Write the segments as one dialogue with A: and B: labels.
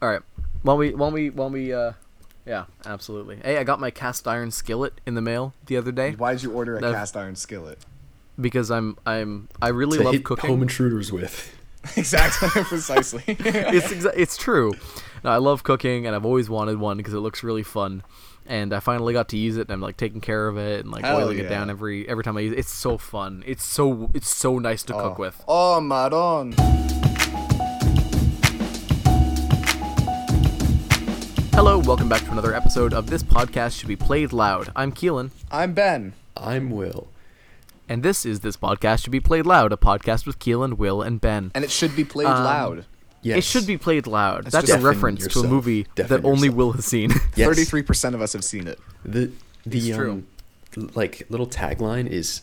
A: All right. While we while we while we uh, yeah, absolutely. Hey, I got my cast iron skillet in the mail the other day
B: Why'd you order a
A: That's-
B: cast iron skillet?
A: because I'm I'm I really
C: to
A: love
C: hit
A: cooking.
C: home intruders with.
B: Exactly, precisely.
A: it's exa- it's true. No, I love cooking, and I've always wanted one because it looks really fun. And I finally got to use it, and I'm like taking care of it and like
B: Hell
A: oiling
B: yeah.
A: it down every every time I use it. It's so fun. It's so it's so nice to cook with.
B: oh, Maron.
A: Hello, welcome back to another episode of this podcast should be played loud. I'm Keelan,
B: I'm Ben.
C: I'm Will.
A: and this is this podcast should be played loud, a podcast with Keelan, Will, and Ben.
B: And it should be played loud.
C: Yes.
A: It should be played loud. That's,
B: just
A: a
B: deafen
A: reference to
C: yourself.
A: a movie
C: Deafen
A: that only
C: yourself.
A: Will has seen.
C: Yes.
B: 33% of us have seen it.
C: The the
A: It's true.
C: um, l- like little tagline is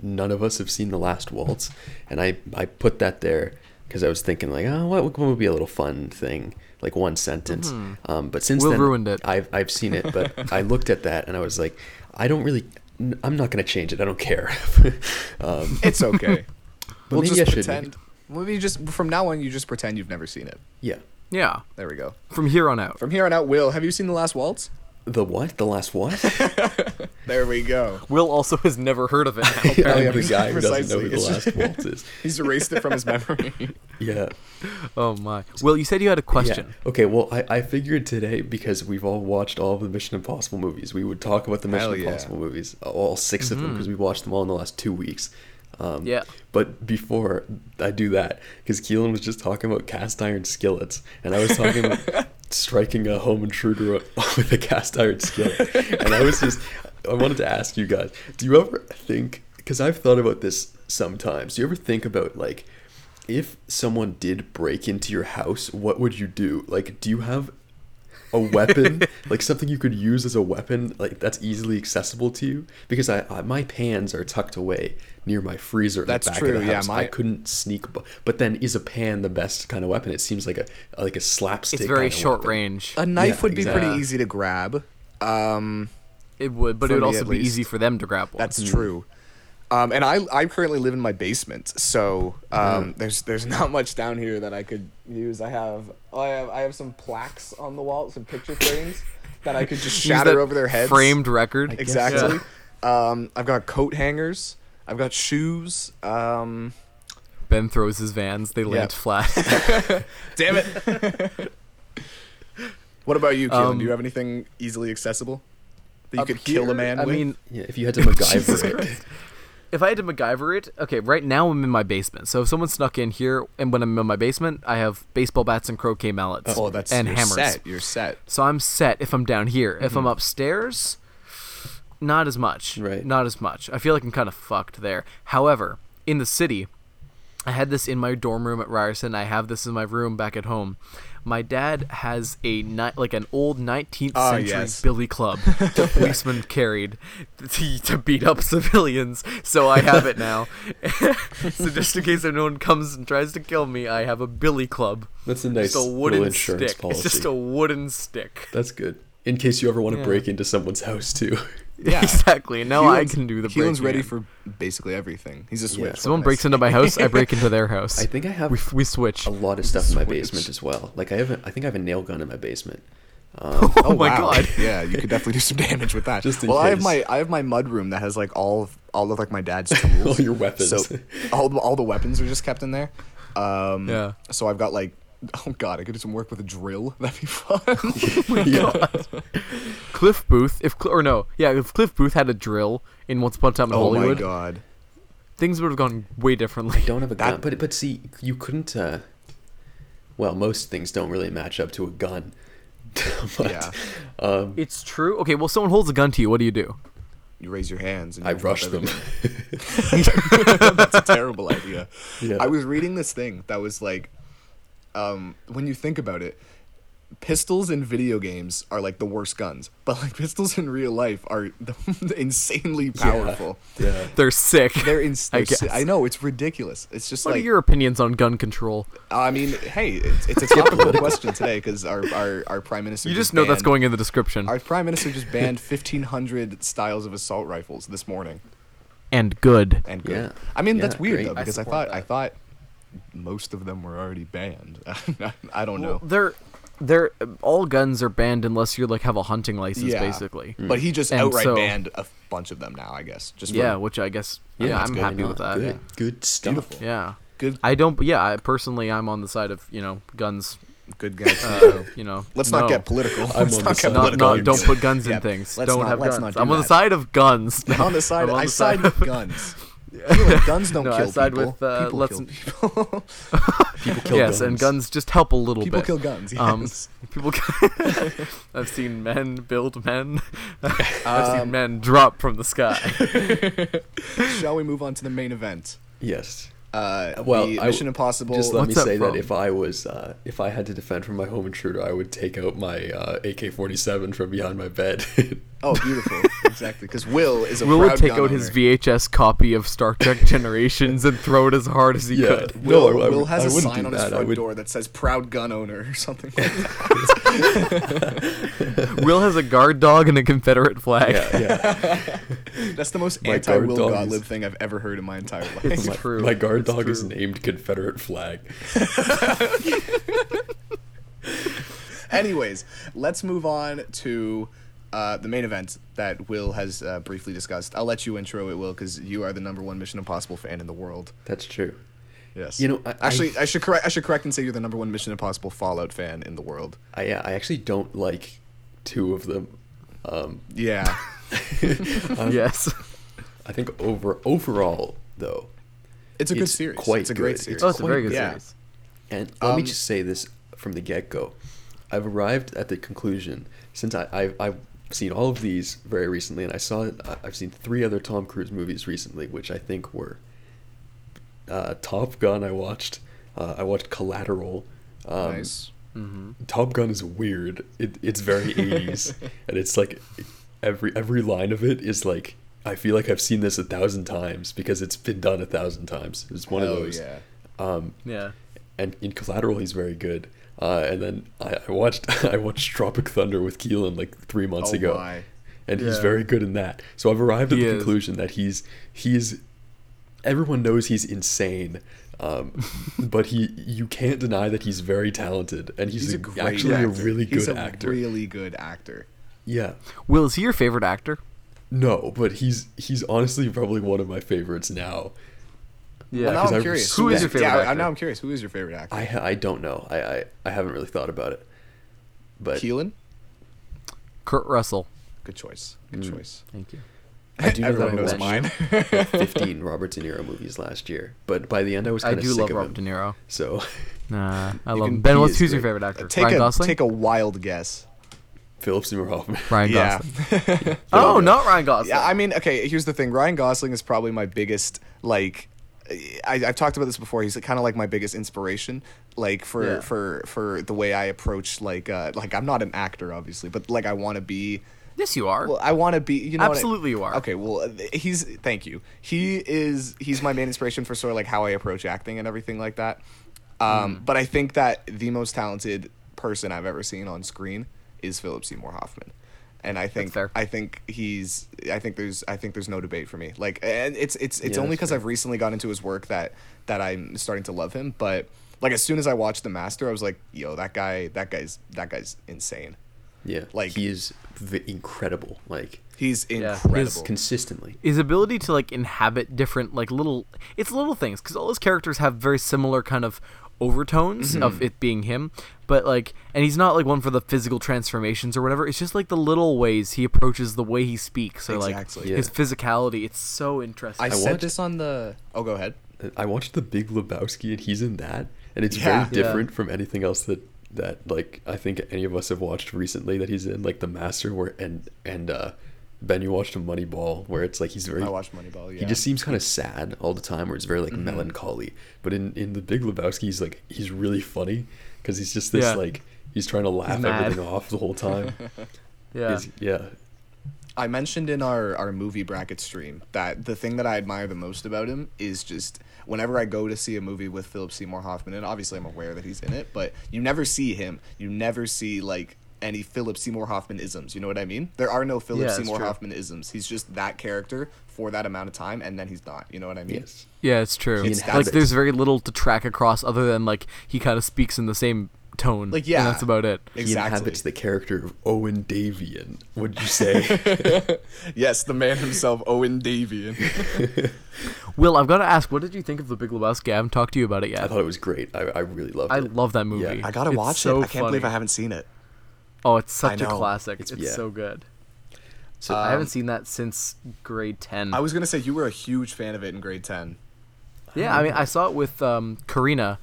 C: none of us have seen the last waltz, and I I put that there because I was thinking like oh what, what would be a little fun thing like one sentence. Um, but since
A: Mm-hmm. Will
C: then
A: ruined it.
C: I've I've seen it, but I looked at that and I was like I don't really n- I'm not gonna change it. I don't care. um,
B: It's okay.
C: but
B: we'll
C: maybe
B: just
C: I should make
B: pretend. Maybe just from now on, you just pretend you've never seen it.
C: Yeah.
A: yeah,
B: There we go.
A: from here on out.
B: From here on out, Will, have you seen The Last Waltz?
C: The what? The last what?
B: There we go.
A: Will also has never heard of it. Now,
C: I'm
B: yeah,
C: the guy who doesn't know
B: precisely.
C: who the
B: It's just-
C: last waltz is.
B: He's erased it from his memory.
C: Yeah.
A: Oh my. Will, you said you had a question.
C: Yeah. Okay, well, I, I figured today because we've all watched all of the Mission Impossible movies, we would talk about the Mission
B: Hell yeah.
C: Impossible movies, all 6 of them, because we watched them all in the last two weeks. Um,
A: Yeah.
C: But before I do that, because Keelan was just talking about cast iron skillets, and I was talking about striking a home intruder with a cast iron skillet, and I was just, I wanted to ask you guys, do you ever think? Because I've thought about this sometimes. Do you ever think about like? if someone did break into your house, what would you do? Like, do you have a weapon, like something you could use as a weapon, like that's easily accessible to you? Because I, I my pans are tucked away near my freezer. In
B: That's
C: the back
B: true,
C: Of the
B: yeah,
C: house.
B: my-
C: I couldn't sneak. bu- But then, is a pan the best kind of weapon? It seems like a like a slapstick.
A: It's very
C: kinda
A: short
C: weapon.
A: range.
B: A knife
C: Yeah,
B: would be
C: exactly.
B: pretty easy to grab. Um,
A: It would, but
B: For
A: it would
B: me,
A: also
B: at
A: be
B: least.
A: easy for them to grab one.
B: That's true. Um, and I I currently live in my basement, so
A: Hmm.
B: um, there's there's not much down here that I could use. I have I have I have some plaques on the wall, some picture frames that I could just
A: Use
B: shatter
A: that
B: over their heads.
A: Framed record.
B: exactly.
A: Yeah.
B: Um, I've got coat hangers. I've got shoes. Um,
A: Ben throws his vans. They land
B: Yeah.
A: flat.
B: damn it. what about you, Keelan?
A: Um,
B: Do you have anything easily accessible that you
A: Up
B: could kill a
A: here,
B: man
A: I
B: with?
A: mean,
C: Yeah, if you had to MacGyver it.
A: Christ. if I had to MacGyver it, okay. Right now I'm in my basement, so if someone snuck in here, and when I'm in my basement, I have baseball bats and croquet mallets
B: oh, that's
A: and
B: you're
A: hammers.
B: Set. You're set.
A: So I'm set if I'm down here. If
B: Mhm.
A: I'm upstairs, not as much.
C: Right.
A: Not as much. I feel like I'm kind of fucked there. However, in the city, I had this in my dorm room at Ryerson. I have this in my room back at home. My dad has a ni- like an old 19th
B: Ah,
A: century
B: yes.
A: billy club that policemen carried to, to beat up civilians. So I have it now. so just in case anyone comes and tries to kill me, I have a billy club.
C: That's a nice
A: Just a
C: little
A: wooden
C: insurance
A: stick.
C: policy.
A: It's just a wooden stick.
C: That's good. In case you ever want to break into someone's house too.
B: Yeah.
A: Exactly. Now I
B: Keelan's-
A: can do the
B: Keelan's
A: breaking
B: ready
A: in.
B: for basically everything. He's a switch.
C: Yeah.
B: for
A: Someone
B: us.
A: breaks into my house, I break into their house.
C: I think I have
A: we, f- we switch.
C: a lot of stuff in my basement as well. Like I have, a, I think I have a nail gun in my basement.
A: Oh my god.
B: yeah, you could definitely do some damage with that.
C: Just in
B: well, I have
C: case.
B: my I have my mud room that has like all of, all of like my dad's tools.
C: All your weapons.
B: So all all the weapons are just kept in there. Um,
A: Yeah.
B: So I've got like oh god, I could do some work with a drill. That'd be fun.
C: yeah.
A: Oh Cliff Booth, if Cl- or no, yeah, if Cliff Booth had a drill in Once Upon a Time in
B: oh my
A: Hollywood,
B: god.
A: things would have gone way differently.
C: I don't have a gun,
B: That-
C: but but see, you couldn't. Uh, well, most things don't really match up to a gun. but
B: Yeah.
C: um,
A: It's true. Okay, well, someone holds a gun to you. What do you do?
B: You raise your hands. And
C: I
B: you whip
C: rushed them.
B: everything. That's a terrible idea.
C: Yeah.
B: I was reading this thing that was like, um, when you think about it, pistols in video games are like the worst guns, but like pistols in real life are insanely powerful.
C: yeah.
A: They're sick.
B: They're ins.
A: I
B: they're si-
A: guess.
B: I know it's ridiculous. It's just
A: what
B: like
A: are your opinions on gun control?
B: I mean, hey, it's, it's a topical question today because our, our our prime minister.
A: You just know that's
B: banned-
A: going in the description.
B: Our prime minister just banned fifteen hundred styles of assault rifles this morning.
A: And good.
B: and good.
C: Yeah.
B: I mean,
C: Yeah,
B: that's weird
C: great.
B: though
C: I
B: because I,
A: support
B: thought
A: that.
B: I thought most of them were already banned. I don't know.
A: Well, they're they're all guns are banned unless you like have a hunting license,
B: Yeah. Hmm.
A: basically.
B: But he just
A: And
B: outright
A: so-
B: banned a bunch of them now, I guess. Just for-
A: Yeah, which I guess yeah,
C: it's
A: I'm
C: good
A: happy
C: enough.
A: with that.
C: Good, good stuff.
B: Beautiful.
A: Yeah.
B: Good
A: I don't. Yeah, I personally, I'm on the side of you know guns.
B: good guys.
A: Uh, you know,
B: let's
A: no.
B: not get political. let's
C: on
B: not
C: the
B: get
C: side.
A: Not,
B: political.
A: not, don't
B: here.
A: put guns in
B: Yeah,
A: things.
B: let's
A: don't
B: not-
A: have
B: let's
A: guns.
B: not do
A: I'm on the
B: that.
A: side of guns.
B: I'm on the side.
A: I'm on
B: I
A: the
B: side
A: side
B: with guns. Really, guns don't
A: No, I
B: kill
A: side
B: people.
A: with, uh,
B: people
A: let's-
B: kill people.
C: People kill
A: yes, and guns just help a little
B: people
A: bit.
B: kill guns.
A: Um,
B: Yes.
A: People. Can- I've seen men build men. I've seen
B: Um,
A: men drop from the sky.
B: Shall we move on to the main event?
C: Yes.
B: Uh,
C: Well,
B: the
C: I-
B: Mission Impossible.
C: Just let
A: what's
C: me
A: that
C: say
A: from?
C: that if I was, uh, if I had to defend from my home intruder, I would take out my uh, AK-47 from behind my bed.
B: oh, beautiful. exactly, because Will is a
A: Will
B: proud
A: would take
B: gun
A: out
B: owner.
A: his VHS copy of Star Trek Generations and throw it as hard as he
C: Yeah.
A: could.
B: Will,
C: No, I
B: Will
C: would-
B: has
C: I
B: a
C: wouldn't
B: sign
C: do
B: on his
C: that. I
B: front
C: would-
B: door that says "Proud Gun Owner" or something. Like that.
A: Will has a guard dog and a Confederate flag.
C: yeah, yeah.
B: That's the most
C: My guard
B: anti-Will
C: dog is-
B: Gottlieb thing I've ever heard in my entire
A: It's
B: life.
C: my,
A: true.
C: my guard
A: It's
C: dog is
A: true.
C: named Confederate flag.
B: Anyways, let's move on to uh, the main event that Will has uh, briefly discussed. I'll let you intro it, Will, because you are the number one Mission Impossible fan in the world.
C: That's true.
B: Yes.
C: You know, I-
B: actually, I, should correct. I should correct and say you're the number one Mission Impossible Fallout fan in the world.
C: I yeah, I actually don't like two of them. Um,
B: Yeah. Uh,
A: Yes.
C: I think over overall though,
B: It's a good
C: It's
B: series.
C: quite
B: it's a great
C: good.
B: series.
A: Oh, it's a
C: Quite-
A: very good
B: yeah.
A: series.
C: And let me
B: Um,
C: just say this from the get go. I've arrived at the conclusion since I, I, I've seen all of these very recently, and I saw I- I've seen three other Tom Cruise movies recently, which I think were uh, Top Gun. I watched. Uh, I watched Collateral. Um,
B: nice.
C: Top Gun is weird. It, it's very 80s, and it's like every every line of it is like I feel like I've seen this a thousand times because it's been done a thousand times. It's one of
B: Hell
C: those
B: yeah.
A: Yeah.
C: and in Collateral he's very good. Uh, and then I, I watched I watched Tropic Thunder with Keelan like three months
B: Oh
C: ago,
B: my.
C: and he's
A: Yeah.
C: very good in that. So I've arrived at
A: He
C: the
A: is.
C: conclusion that he's he's everyone knows he's insane, um, but he you can't deny that he's very talented and he's,
B: He's
C: a-
B: a great
C: actually
B: actor.
C: a really good
B: He's a
C: actor.
B: Really good actor.
C: yeah,
A: Will is he your favorite actor?
C: no, but he's he's honestly probably one of my favorites now.
A: Yeah.
B: Well,
C: 'cause
B: now
C: I
B: I'm curious.
A: Who is your
B: Yeah,
A: favorite
B: yeah,
A: actor?
B: Now I'm curious. Who is your favorite actor?
C: I ha- I don't know. I, I I haven't really thought about it, but
B: Keelan.
A: Kurt Russell.
B: Good choice. Good choice.
A: Thank you.
C: Mm. I do know that I
B: Everyone knows
C: watched-
B: mine.
C: 15 Robert De Niro movies last year, but by the end I was
A: I
C: kind of
A: do
C: sick
A: love
C: of
A: Robert
C: him.
A: De Niro.
C: So
A: Nah, I love
B: can-
A: him. Ben,
C: he
A: what's
C: is
A: who's your
C: great.
A: favorite actor?
B: take
A: Ryan
B: a
A: Gosling.
B: take a wild guess.
C: Philip Seymour Hoffman.
A: Ryan
B: Yeah.
A: Gosling. Oh, not Ryan Gosling.
B: Yeah, I mean, okay. Here's the thing: Ryan Gosling is probably my biggest like. I, I've talked about this before. He's kind of like my biggest inspiration, like for
A: Yeah.
B: for for the way I approach like uh like I'm not an actor obviously, but like I want to be.
A: yes, you are.
B: Well, I want to be. You know, what I-
A: Absolutely you are.
B: Okay, well, th- he's thank you. He is he's my main inspiration for sort of like how I approach acting and everything like that. Um,
A: Mm.
B: But I think that the most talented person I've ever seen on screen is Philip Seymour Hoffman, and I think
A: fair.
B: I think he's I think there's I think there's no debate for me. Like, and it's it's it's
C: Yeah,
B: only
C: that's
B: because I've recently got into his work that that I'm starting to love him. But like as soon as I watched The Master, I was like, yo, that guy, that guy's that guy's insane.
C: Yeah,
B: Like-
C: like he is v- incredible. Like
B: He's
A: Yeah, his-
B: incredible.
C: consistently.
A: his ability to like inhabit different like little it's little things because all his characters have very similar kind of overtones
C: Mm-hmm.
A: of it being him but like and he's not like one for the physical transformations or whatever it's just like the little ways he approaches the way he speaks or like
B: Exactly.
A: his
C: Yeah.
A: physicality it's so interesting
B: I, said
C: watched-
B: this on the. Oh, go ahead.
C: I watched The Big Lebowski and he's in that, and it's
B: Yeah.
C: very different from anything else that that like I think any of us have watched recently that he's in, like The Master, where and and uh, Ben, you watched Moneyball, where it's like he's very.
B: I watched Moneyball. Yeah.
C: He just seems kind of sad all the time, where it's very like melancholy. But in in the Big Lebowski, he's like he's really funny because he's just this
A: Yeah.
C: like he's trying to laugh
A: mad.
C: everything off the whole time.
A: yeah
C: He's- yeah,
B: I mentioned in our our movie bracket stream that the thing that I admire the most about him is just whenever I go to see a movie with Philip Seymour Hoffman, and obviously I'm aware that he's in it, but you never see him. You never see like any Philip Seymour Hoffman isms. You know what I mean? There are no Philip
A: Yeah, it's
B: Seymour
A: true.
B: Hoffman isms. He's just that character for that amount of time, and then he's not. You know what I mean?
C: yes.
A: yeah it's true
C: He
A: like
C: inhabits-
A: there's very little to track across other than like he kind of speaks in the same tone.
B: Like,
A: and
B: yeah.
A: that's about it.
C: He inhabits the character of Owen Davian. Would you say?
B: yes, the man himself, Owen Davian.
A: Will, I've got to ask, what did you think of The Big Lebowski? I haven't talked to you about it yet.
C: I thought it was great. I, I really loved
A: I
C: it.
A: love that movie.
C: Yeah,
B: I gotta
A: It's
B: watch
A: so
B: it. I can't believe I
A: funny.
B: haven't seen it.
A: Oh, it's such
B: I
A: a
B: know. Um,
A: classic. It's,
C: yeah.
A: so good.
C: So-
A: I haven't seen that since grade ten.
B: I was gonna say you were a huge fan of it in grade ten.
A: yeah, I mean, I saw it with um, Karina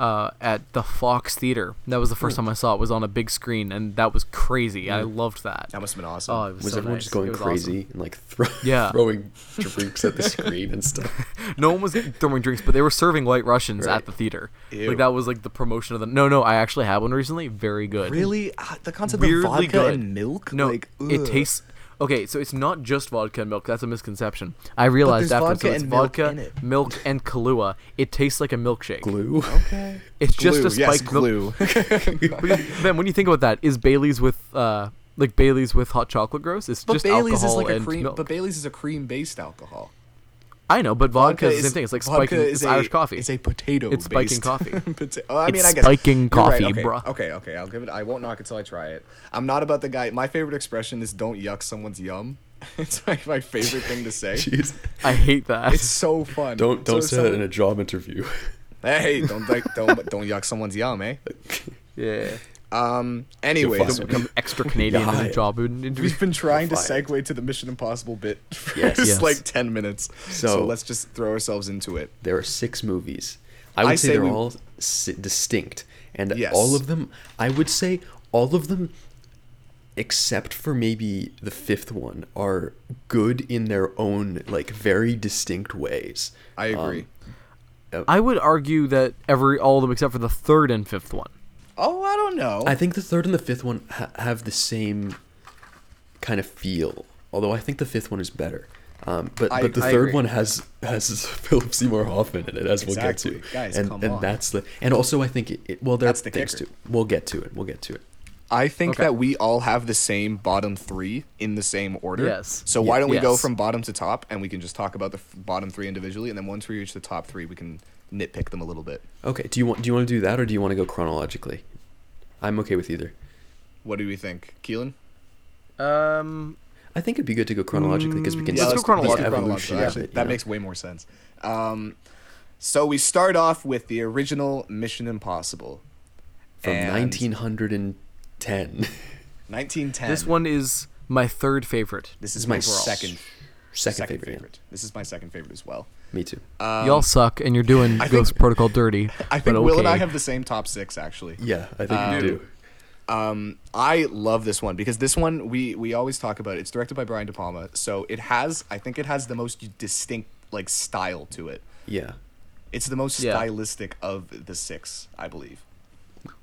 A: uh, at the Fox Theater. That was the first time I saw it. Was on a big screen, and that was crazy. I loved that.
B: Mm. That must have been awesome.
A: Oh, it was,
C: was
A: so
C: everyone
A: nice.
C: just
A: It
C: going
A: was
C: crazy and like throw,
A: Yeah.
C: throwing drinks at the screen and stuff?
A: awesome. No one was throwing drinks, but they were serving white Russians
C: Right.
A: at the theater.
B: Ew.
A: Like that was like the promotion of the. No, no, I actually had one recently. Very good.
B: really? Ah, the concept
A: weirdly
B: of vodka
A: good.
B: and milk?
A: No,
B: like,
A: it
B: ugh.
A: tastes. Okay, so it's not just vodka and milk. That's a misconception. I realized
B: there's
A: after
B: vodka
A: so it's
B: and milk
A: vodka,
B: in it.
A: milk, and Kahlua. It tastes like a milkshake.
C: Glue.
B: Okay.
A: It's
B: Glue,
A: just a
B: yes,
A: spiked milk.
B: glue.
A: But you- man, when you think about that, is Bailey's with uh like Bailey's with hot chocolate gross? It's
B: but
A: just
B: Bailey's is
A: alcohol
B: like a
A: and
B: cream.
A: milk.
B: But Bailey's is a cream-based alcohol.
A: I know, but vodka, is the same thing. It's like
B: vodka
A: spiking. It's
B: is a-
A: Irish coffee.
B: It's a potato.
A: It's spiking coffee.
B: Pota- oh, I mean,
A: It's
B: I guess
A: spiking
B: You're
A: coffee,
B: okay.
A: bruh.
B: Okay, okay, I'll give it. I won't knock it till I try it. I'm not about the guy. My favorite expression is "Don't yuck someone's yum." it's like my favorite thing to say.
C: Jeez.
A: I hate that.
B: It's so fun.
C: Don't
B: So
C: don't
B: if
C: say that in a job interview.
B: someone- Hey, don't like, don't don't yuck someone's yum, eh?
A: yeah,
B: Um. Anyways,
C: fine.
A: become extra Canadian in
C: Yeah.
A: a job interview.
B: we've been trying to
C: You're fired.
B: segue to the Mission Impossible bit for
C: Yes.
B: just
A: Yes.
B: like ten minutes. So,
C: So-
B: let's just throw ourselves into it.
C: there are six movies. I would
B: I
C: say,
B: say
C: they're
B: we-
C: all si- distinct, and
B: Yes.
C: all of them. I would say all of them, except for maybe the fifth one, are good in their own like very distinct ways.
B: I agree.
A: I would argue that every all of them except for the third and fifth one.
B: oh, I don't know.
C: I think the third and the fifth one ha- have the same kind of feel, although I think the fifth one is better. Um, but
B: I-
C: but the
B: I
C: third
B: agree.
C: one has has Philip Seymour Hoffman in it, as we'll
B: Exactly.
C: get to.
B: Guys,
C: and
B: come
C: and
B: on.
C: that's the and also I think it, it well there
B: That's
C: are
B: the
C: things
B: kicker.
C: too. We'll get to it. We'll get to it.
B: I think
A: Okay.
B: that we all have the same bottom three in the same order.
A: Yes.
B: So why
A: Ye-
B: don't we go
A: yes.
B: from bottom to top, and we can just talk about the f- bottom three individually, and then once we reach the top three, we can nitpick them a little bit.
C: Okay. Do you want do you want to do that or do you want to go chronologically? I'm okay with either.
B: What do we think, Keelan?
A: Um,
C: I think it'd be good to go chronologically because we can
A: Mm, Yeah,
C: see
A: let's go chronological.
C: the
A: Let's go
C: evolution. of
B: Actually,
C: it, you
B: that
C: know?
B: makes way more sense. Um, so we start off with the original Mission Impossible
C: from
B: and
C: 1910.
B: 1910.
A: this one is my third favorite.
B: This
C: This
B: is
C: is my
B: my second
C: second favorite, yeah.
B: This is my second favorite as well.
C: Me too.
A: Y'all suck, and you're doing
B: Um, I
A: Ghost Protocol dirty.
B: I think
A: but
B: Will and I
A: okay.
B: have the same top six actually.
C: yeah, I think
B: Um,
C: you do.
B: Um, I love this one because this one we we always talk about. it. It's directed by Brian De Palma, so it has I think it has the most distinct like style to it.
C: Yeah.
B: It's the most
A: Yeah.
B: stylistic of the six, I believe.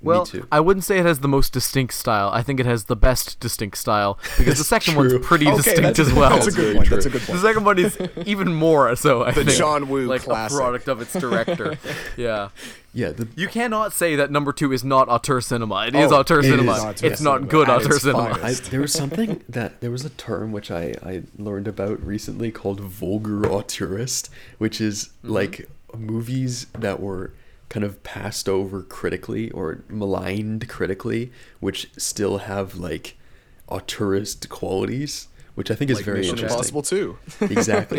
A: Well,
C: Me too.
A: I wouldn't say it has the most distinct style. I think it has the best distinct style because the second one's
C: true.
A: pretty
B: Okay,
A: distinct
B: that's-
A: as well.
B: That's a
C: Very
B: good point. That's a
C: true.
B: good
A: the
B: point.
A: second one is even more so. I
B: The
A: think
B: John Woo
A: like
B: classic.
A: a product of its director. yeah,
C: Yeah, the
A: you cannot say that number two is not auteur cinema. It is
B: Oh,
A: auteur
B: it is
A: cinema.
B: auteur
A: it's not
B: cinema
A: good
B: at
A: auteur
B: its
A: cinema.
B: finest.
C: Oh, I, there was something that there was a term which I, I learned about recently called vulgar auteurist, which is
A: Mm-hmm.
C: like movies that were kind of passed over critically or maligned critically, which still have like auteurist qualities, which I think is
B: Like
C: very
B: Mission
C: interesting.
B: Impossible too.
C: Exactly,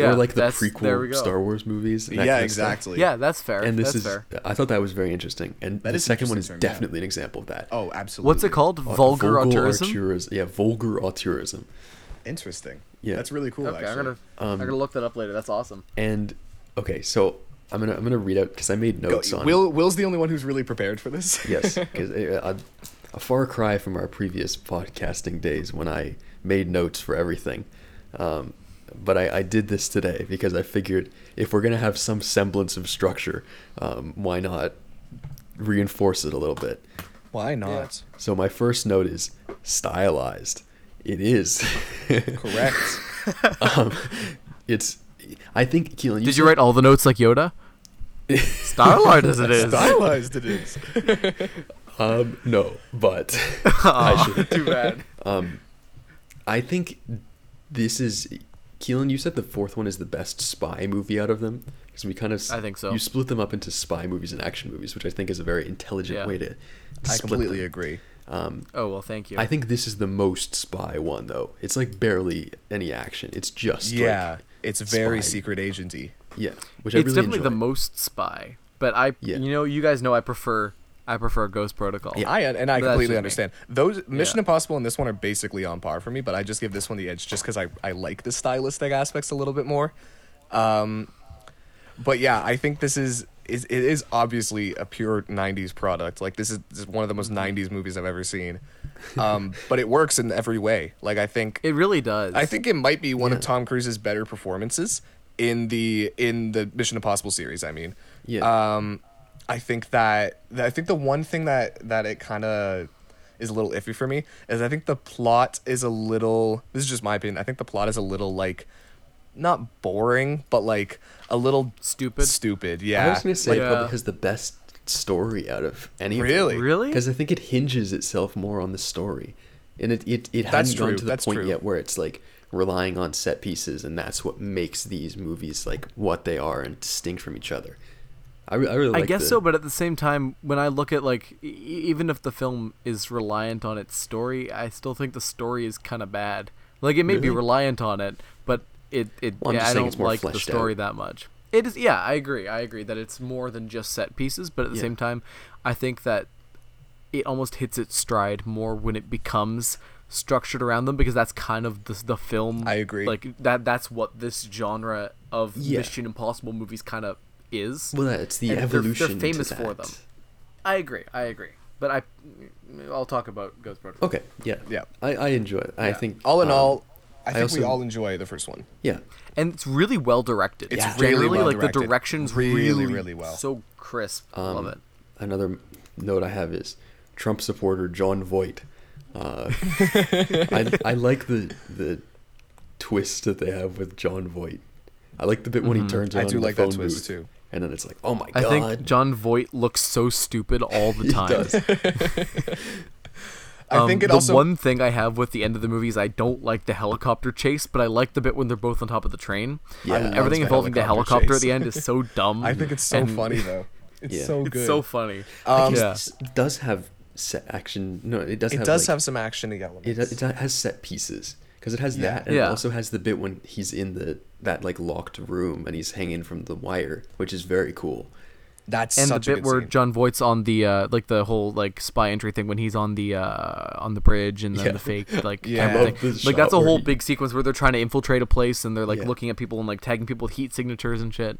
A: Yeah,
C: or like the
A: that's- there we
C: prequel
A: go.
C: Star Wars movies. and that
B: yeah,
C: kind of stuff.
B: exactly.
A: Yeah, that's fair.
C: And this
A: that's
C: is
A: fair.
C: I thought that was very interesting, and the
B: is
C: second one is
B: interesting term, yeah.
C: definitely an example of that.
B: Oh, absolutely.
A: What's it called?
C: Au-
A: Vulgar
C: vulgal
A: auteurism.
C: auteurus- Yeah, vulgar auteurism.
B: Interesting.
C: Yeah.
B: That's really cool.
A: Okay,
B: actually.
A: I'm gonna I'm gonna look that up later. That's awesome.
C: And okay, so I'm gonna I'm gonna read out because I made
B: Go-
C: notes on.
B: Will Will's the only one who's really prepared for this.
C: yes, because a, a far cry from our previous podcasting days when I made notes for everything. Um, but I, I did this today because I figured if we're gonna have some semblance of structure, um, why not reinforce it a little bit?
B: Why
A: not?
C: So my first note is stylized. It is
B: Correct.
C: um, it's. I think Keelan.
A: Did you write all the notes like Yoda? Starlight as it is.
B: Stylized it is.
C: Um, no, but I should.
A: Too bad.
C: I think this is Keelan, you said the fourth one is the best spy movie out of them because we kind of s-
A: I think so.
C: You split them up into spy movies and action movies, which I think is a very intelligent
A: Yeah.
C: way to. to
B: I
C: split
B: completely
C: them.
B: agree.
C: Um,
A: Oh well, thank you.
C: I think this is the most spy one though. It's like barely any action. It's just
B: Yeah,
C: like,
B: it's very
C: spy.
B: secret agenty.
C: yeah, which I
A: it's
C: really
A: definitely
C: enjoy.
A: the most spy, but I,
C: Yeah.
A: you know, you guys know I prefer I prefer Ghost Protocol.
B: I and I
A: But that's just
B: completely
A: me.
B: understand. Those Mission Impossible and this one are basically on par for me, but I just give this one the edge just because I, I like the stylistic aspects a little bit more. Um, but yeah, I think this is is it is obviously a pure '90s product. Like this is, this is one of the
A: Mm-hmm.
B: most '90s movies I've ever seen. Um, but it works in every way. Like I think
A: It really does.
B: I think it might be one
C: Yeah.
B: of Tom Cruise's better performances in the in the Mission Impossible series. I mean,
A: uh,
C: Yeah.
B: Um, I think that that- I think the one thing that that it kind of is a little iffy for me is I think the plot is a little. This is just my opinion. I think the plot is a little like not boring, but like a little
A: Stupid.
B: Stupid,
C: I
B: yeah.
C: was gonna say
A: Yeah.
C: probably has the best story out of any.
B: Really?
A: really?
C: Because I think it hinges itself more on the story, and it it, it
B: That's
C: hasn't gone
B: true,
C: to the
B: that's
C: point
B: true.
C: yet where it's like relying on set pieces, and that's what makes these movies like what they are and distinct from each other. I, re- I really like
A: I guess
C: the-
A: so, but at the same time, when I look at like, e- even if the film is reliant on its story, I still think the story is kind of bad. Like it may be
C: Really?
A: reliant on it, but it it
C: Well, I'm
A: yeah,
C: just
A: I
C: saying
A: don't
C: it's more
A: like the
C: fleshed
A: story
C: out.
A: that much. It is yeah, I agree. I agree that it's more than just set pieces, but at the
C: Yeah.
A: same time, I think that it almost hits its stride more when it becomes structured around them because that's kind of the the film.
B: I agree.
A: Like that that's what this genre of
C: Yeah.
A: Mission Impossible movies kind of is.
C: Well, yeah, it's the
A: And they're- they're
C: evolution. to
A: famous for
C: that.
A: them. I agree. I agree. But I, I'll talk about Ghost Protocol.
C: Okay. Yeah.
B: Yeah.
C: I, I enjoy it. I
A: Yeah.
C: think
B: all in
C: um,
B: all, I think we
C: also-
B: all enjoy the first one.
C: Yeah.
A: And it's really well directed.
B: It's
A: yeah.
B: really
A: Generally,
B: well
A: like the
B: directed.
A: directions
B: Really,
A: really,
B: really well. Um,
A: So crisp. I Love it.
C: Another note I have is Trump supporter John Voight. Uh, I, I like the the twist that they have with John Voight. I like the bit when he turns
B: I
C: around
B: do
C: in the
B: like that
C: phone
B: twist,
C: booth,
B: too.
C: and then it's like, oh my
A: Mm-hmm. I
C: god,
A: think John Voight looks so stupid all the
C: He
A: time.
C: does.
B: I
A: Um,
B: think it
A: the
B: also
A: one thing I have with the end of the movie is I don't like the helicopter chase, but I like the bit when they're both on top of the train.
C: Yeah. I love
A: everything
B: the
A: involving the
B: helicopter
A: helicopter
B: chase.
A: at the end is so dumb.
B: I think it's so
A: and
B: funny though. It's
C: Yeah.
B: so
C: It's
B: good.
A: It's so funny.
B: Um,
A: yeah.
C: This does have set action. No, it does.
B: it
C: have,
B: does
C: like,
B: have some action elements.
C: It, it has set pieces because it has
B: Yeah.
C: that, and
A: Yeah.
C: it also has the bit when he's in the that like locked room and he's hanging from the wire, which is very cool.
B: That's
A: and
B: such
A: the
B: a
A: bit
B: good
A: where
B: scene.
A: John Voight's on the uh, like the whole like spy entry thing when he's on the uh, on the bridge and then
C: Yeah.
A: the fake like
B: Yeah.
A: camera
B: I
A: thing.
C: love the
A: like that's a
C: shot where
A: whole
C: he-
A: big sequence where they're trying to infiltrate a place and they're like
C: Yeah.
A: looking at people and like tagging people with heat signatures and shit.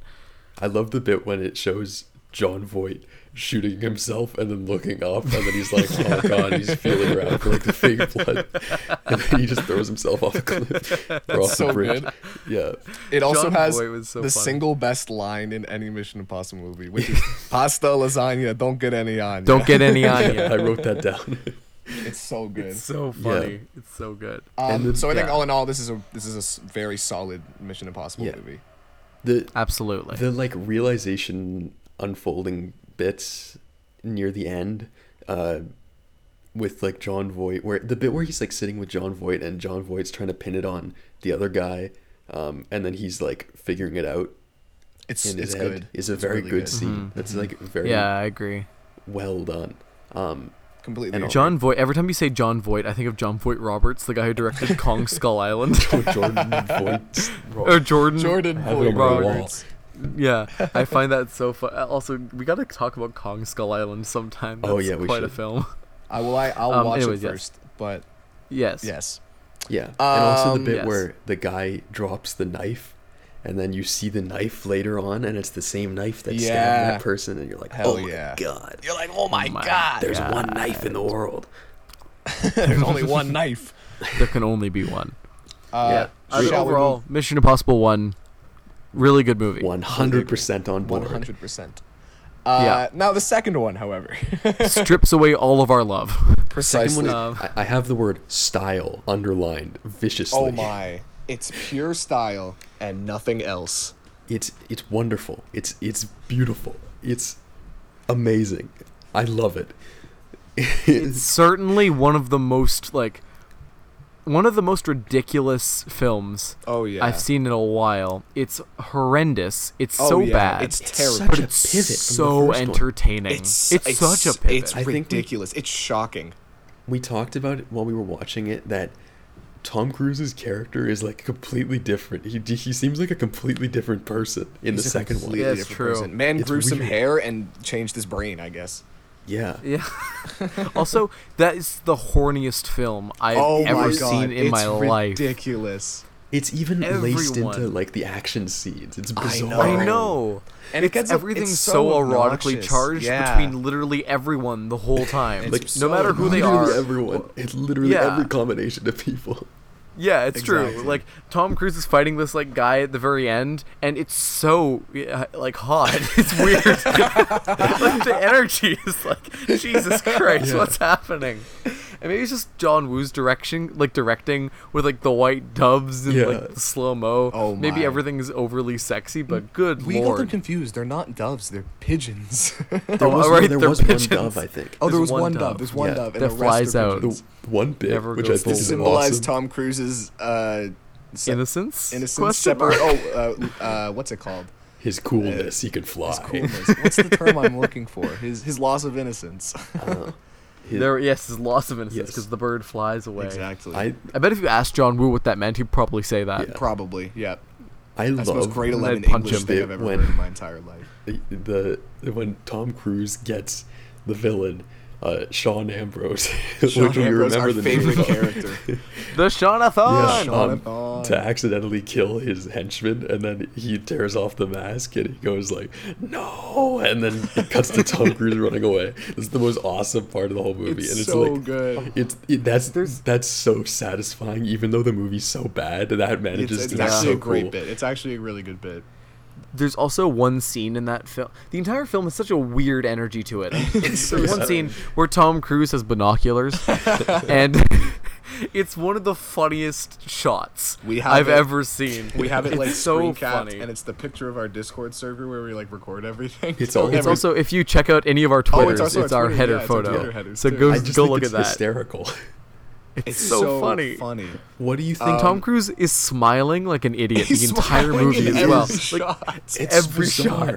C: I love the bit when it shows John Voight shooting himself and then looking up, and then he's like, "Oh God!" He's feeling around for like the fake blood, and then he just throws himself off a cliff or off
B: so
C: the bridge.
B: good.
C: Yeah,
B: It also
A: John
B: has
A: Boy was so
B: the
A: funny.
B: single best line in any Mission Impossible movie, which is pasta lasagna, don't get any on.
A: Don't get any on
C: yeah, I
A: you.
C: wrote that down.
B: It's so good.
A: It's so funny. It's so good.
B: um,
C: then-
B: so I think
A: yeah.
B: all in all, this is a this is a s- very solid Mission Impossible
C: Yeah.
B: movie.
C: The
A: Absolutely.
C: the like realization unfolding bits near the end uh with like John Voight where the bit where he's like sitting with John Voight and John Voight's trying to pin it on the other guy um and then he's like figuring it out
B: It's
C: in his
B: it's
C: head
B: good.
C: is a
B: It's
C: very
B: really
C: good, scene
B: Mm-hmm.
C: that's like very
A: yeah, I agree.
C: well done um
B: Completely.
C: And
B: agree.
A: John Voight. Every time you say John Voight, I think of John Voight Roberts, the guy who directed Kong Skull Island,
C: Jordan Voight's
A: or Jordan.
B: Jordan
C: have it on
B: Boyd
C: my wall.
B: Roberts.
A: Yeah, I find that so fun. Also, we gotta talk about Kong Skull Island sometime. That's
C: Oh, yeah, we
A: quite a
C: should.
A: film.
B: I will. I, I'll
A: Um,
B: watch
A: anyways,
B: it
A: yes.
B: first. But
A: Yes.
B: yes,
C: Yeah. and also
B: Um,
C: the bit
A: Yes.
C: where the guy drops the knife and then you see the knife later on and it's the same knife that stabbed
B: Yeah.
C: that person and you're like,
B: Hell
C: "Oh my
B: yeah.
C: god.
B: you're like, oh my,
A: my
B: god,
C: There's
A: Yeah.
C: one knife in the world."
B: there's only one knife.
A: There can only be one.
B: Uh,
A: I mean,
B: shall we
A: overall, Mission Impossible One, really good movie.
C: 100% on board.
B: One hundred percent. Uh, Now the second one, however,
A: Strips away all of our love.
C: Second
B: precisely.
C: one is,
A: Um,
C: I, I have the word style underlined viciously.
B: oh my! It's pure style and nothing else.
C: It's it's wonderful. It's it's beautiful. It's amazing. I love it.
A: It's certainly one of the most like one of the most ridiculous films
B: Oh, yeah.
A: I've seen in a while. It's horrendous. It's
B: Oh,
A: so
B: yeah.
A: bad.
B: It's
A: It's
B: terrible.
A: but
C: such a
A: it's
C: pivot from the
A: so
C: first one.
A: entertaining. It's, such a pivot.
B: It's
C: I think we-
B: ridiculous. It's shocking.
C: we talked about it while we were watching it that Tom Cruise's character is like completely different. He he seems like a completely different person in the
B: He's a
C: second one.
B: completely
A: That's
B: different
A: true.
B: person. Man
C: It's
B: grew some
C: weird.
B: hair and changed his brain, I guess.
C: Yeah.
A: yeah. also, that is the horniest film I've
B: oh
A: ever
B: my god,
A: seen in
B: it's
A: my life.
B: ridiculous.
C: It's even laced
A: Everyone.
C: into like the action scenes. It's bizarre.
A: I
B: Oh.
A: know.
B: And it gets a-
A: everything's
B: it's
A: so,
B: so
A: erotically
B: obnoxious.
A: charged
B: Yeah.
A: between literally everyone the whole time.
B: It's
A: like
B: so
A: no matter who they are.
C: Literally everyone. It's literally
A: Yeah. Oh,
C: every combination of people.
A: Yeah, it's true.
B: Exactly.
A: Like Tom Cruise is fighting this like guy at the very end, and it's so uh, like hot. It's weird. like the energy is like Jesus Christ,
C: Yeah.
A: what's happening? And maybe it's just John Woo's direction, like directing with like the white doves and
C: Yeah.
A: like the slow mo.
B: Oh,
A: maybe
B: my.
A: everything's overly sexy, but good
B: We got them
A: lord.
B: confused. They're not doves. They're pigeons.
C: There was,
A: alright,
C: there
A: they're
C: was one
A: pigeons.
C: dove, I think.
B: oh,
A: There's
B: there was
A: one
B: one, dove.
A: dove.
B: There's one
C: Yeah.
B: dove, and
A: That
B: the rest
A: flies
B: are
A: out.
B: pigeons.
C: The one bit,
A: Never
C: which I
A: goes
C: think
A: full.
C: is
B: Symbolized
C: awesome.
B: Tom Cruise's uh, se-
A: Innocence?
B: innocence,
A: Question mark.
B: separ- Oh, uh, uh, what's it called?
C: His coolness, he can fly.
B: His coolness. what's the term I'm looking for? His his loss of innocence. Uh-huh.
C: His-
A: There, yes, is loss of innocence
C: Yes.
A: because the bird flies away.
B: exactly.
C: I
A: I bet if you asked John Woo what that meant, he'd probably say that.
C: Yeah.
B: Probably. Yeah.
C: I
B: That's the most
C: love
B: grade
A: And
B: eleven
A: I'd punch
B: English
A: him.
B: thing I've ever
C: When-
B: heard in my entire life.
C: the when Tom Cruise gets the villain, uh, Sean Ambrose,
B: Sean Ambrose, our
C: name
B: favorite
C: of.
B: character.
A: The
C: Yeah,
A: Shaunathon!
B: Sean
C: um,
B: Ambrose.
C: to accidentally kill his henchman, and then he tears off the mask and he goes like, "No!" and then it cuts to Tom Cruise running away. It's the most awesome part of the whole movie, and
B: It's
C: it's
B: so
C: like
B: good.
C: It's it, that's that's so satisfying, even though the movie's so bad. That
B: It's,
C: manages
B: it's
C: to be
B: actually
C: so
B: a great
C: cool.
B: bit. It's actually a really good bit.
A: There's also one scene in that film. The entire film has such a weird energy to it. It's the one scene where Tom Cruise has binoculars, and it's one of the funniest shots
B: We have
A: I've
B: it-
A: ever seen.
B: We have it
A: it's
B: like
A: so
B: screen capped,
A: funny.
B: and it's the picture of our Discord server where we like record everything.
C: It's
B: So
C: all-
A: It's
B: every-
A: also if you check out any of our
B: Oh,
A: twitters,
B: it's also our
A: it's our
B: Twitter,
A: header
B: yeah, it's our
A: photo.
B: Twitter headers,
A: so
B: too.
A: go
C: I just
A: go
C: think
A: look at
C: it's
A: that.
C: hysterical.
A: It's so, funny.
B: funny.
C: What do you think?
A: Tom Cruise is smiling like an idiot the
B: He's
A: entire
B: smiling
A: movie
B: in
A: as well.
B: every
A: Like,
B: shot.
A: every shot.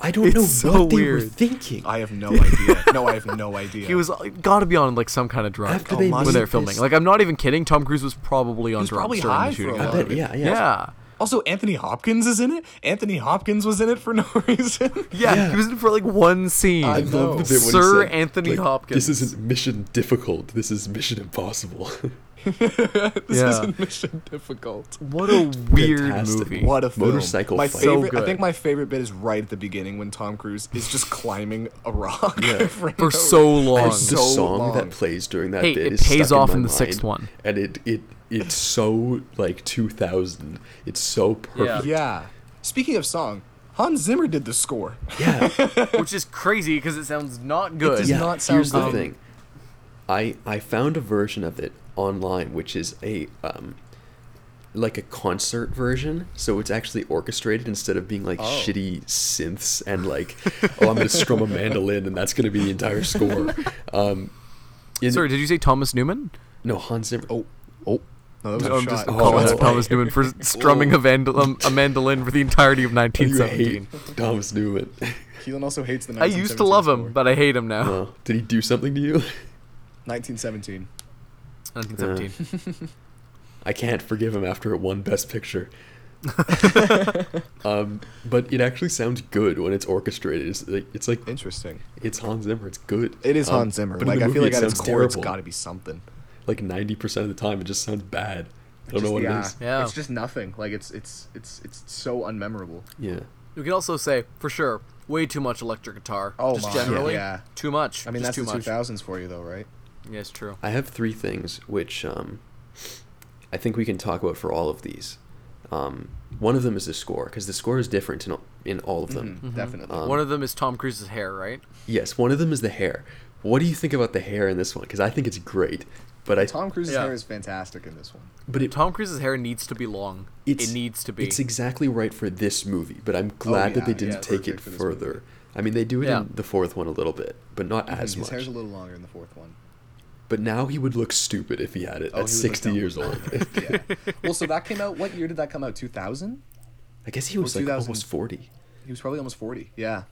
C: I don't
A: It's
C: know
A: so
C: what they were
A: weird.
C: thinking.
B: I have no idea. No, I have no idea.
A: He was got to be on like some kind of drug
B: oh,
A: um,
C: After they
A: when they're
C: made
A: filming.
C: this-
A: Like I'm not even kidding. Tom Cruise was probably on
B: was
A: drugs
B: probably
A: during
B: high
A: the
B: for
A: shooting.
B: a
A: of
B: lot
A: it.
B: of it.
C: yeah, yeah.
A: uh, yeah.
B: also Anthony Hopkins is in it. Anthony Hopkins was in it for no reason.
A: yeah,
C: Yeah.
A: He was in it for like one scene.
C: I
B: know.
C: love the bit when he
A: Sir
C: said,
A: Anthony
C: like,
A: Hopkins.
C: This isn't mission difficult. This is mission impossible.
B: this
A: Yeah.
B: isn't Mission Difficult.
A: what a weird
C: Fantastic.
A: movie.
B: What a film.
C: Motorcycle
B: my
C: fight. So
B: favorite. I
A: good.
B: think my favorite bit is right at the beginning when Tom Cruise is just climbing a rock for, no
A: for so long.
C: the
B: so
C: song
B: long.
C: that plays during that
A: Hey,
C: bit
A: it
C: is
A: pays
C: stuck
A: off
C: in,
A: in
C: my
A: the
C: mind,
A: sixth one.
C: and it it it's so like 2000. It's so perfect.
B: Yeah. Speaking of song, Hans Zimmer did the score.
C: Yeah.
A: which is crazy because it sounds not good.
B: does
C: yeah.
B: not
C: here's
B: sound
C: the
B: good.
C: thing. I I found a version of it online, which is a um, like a concert version. So it's actually orchestrated instead of being
B: Oh.
C: like shitty synths and like, oh, I'm gonna strum a mandolin and that's gonna be the entire score. Um, in-
A: Sorry, did you say Thomas Newman?
C: no Hans Zimmer. Oh, oh.
B: No, that was
A: No,
B: a
A: I'm
B: shot.
A: just
B: That was a
A: calling
C: Oh.
A: out
B: shot.
A: Thomas Newman for strumming a, vandal- um, a mandolin for the entirety of
C: You hate
A: 1917.
C: Thomas Newman.
B: Keelan also hates the.
A: I used to love
B: 1917
A: him,
B: score.
A: but I hate him now.
C: Oh, did he do something to you?
B: 1917.
A: 1917.
C: I can't forgive him after it won Best Picture. um, but it actually sounds good when it's orchestrated. It's like it's, like,
B: Interesting.
C: it's Hans Zimmer. It's good.
B: It is
C: Um,
B: Hans Zimmer.
C: but in
B: Like
C: the
B: I feel
C: movie
B: like at its
C: sounds
B: core, it's
C: terrible.
B: got to be something.
C: like ninety percent of the time, it just sounds bad. I don't know what it is.
A: Yeah.
B: It's just nothing. Like it's it's it's it's so unmemorable.
C: Yeah,
A: We can also say, for sure, way too much electric guitar.
B: Oh
A: just
B: my,
A: generally,
B: yeah.
A: too much.
B: I mean,
A: just
B: that's the
A: too much.
B: 2000s for you though, right?
A: Yeah, it's true.
C: I have three things which um, I think we can talk about for all of these. Um, one of them is the score because the score is different in all, in all of
B: Mm-hmm.
A: Mm-hmm.
C: them.
B: Definitely.
C: Um,
A: One of them is Tom Cruise's hair, right?
C: Yes, one of them is the hair. What do you think about the hair in this one? Because I think it's great, but I
B: Tom Cruise's
A: Yeah.
B: hair is fantastic in this one.
C: but it
A: Tom Cruise's hair needs to be long.
C: it's,
A: it needs to be.
C: It's exactly right for this movie, but I'm glad that they
B: Oh, yeah,
C: didn't
B: yeah,
C: take it
B: perfect for this
C: further. I mean, they do it
A: Yeah.
C: in the fourth one a little bit, but not as
B: His
C: much.
B: hair's a little longer in the fourth one.
C: But now he would look stupid if he had
B: Oh, he
C: it at
B: would look
C: 60
B: dumb.
C: years old.
B: Yeah. well, so that came out. What year did that come out? Two thousand.
C: I guess he was
B: Well,
C: like
B: 2000.
C: almost 40.
B: He was probably almost forty. Yeah.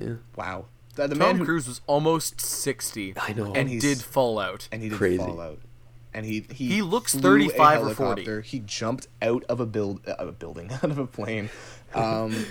C: Yeah.
B: Wow. The, the man
A: Tom
B: who,
A: Cruise was almost 60.
C: I know.
A: And,
C: And
B: he's-
A: did fall out.
B: and he did
C: Crazy.
B: fall out. And he he,
A: He looks
B: flew
A: 35
B: a
A: or 40.
B: helicopter. He jumped out of a build out of a building out of a plane. Um,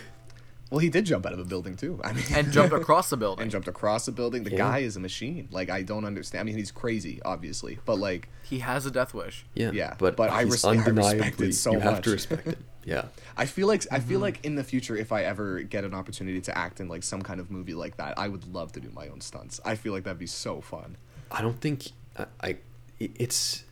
B: well, he did jump out of a building too. I mean,
A: And jumped across the building.
B: and jumped across a building. The guy is a machine. Like I don't understand. I mean, he's crazy, obviously, but like
A: He has a death wish.
C: Yeah.
B: Yeah,
C: But,
B: but I
C: he's
B: res- I respect it
C: undeniably-
B: so
C: you have
B: much.
C: to respect it. Yeah.
B: I feel like I
A: Mm-hmm.
B: feel like in the future, if I ever get an opportunity to act in like some kind of movie like that, I would love to do my own stunts. I feel like that'd be so fun.
C: I don't think I, I it's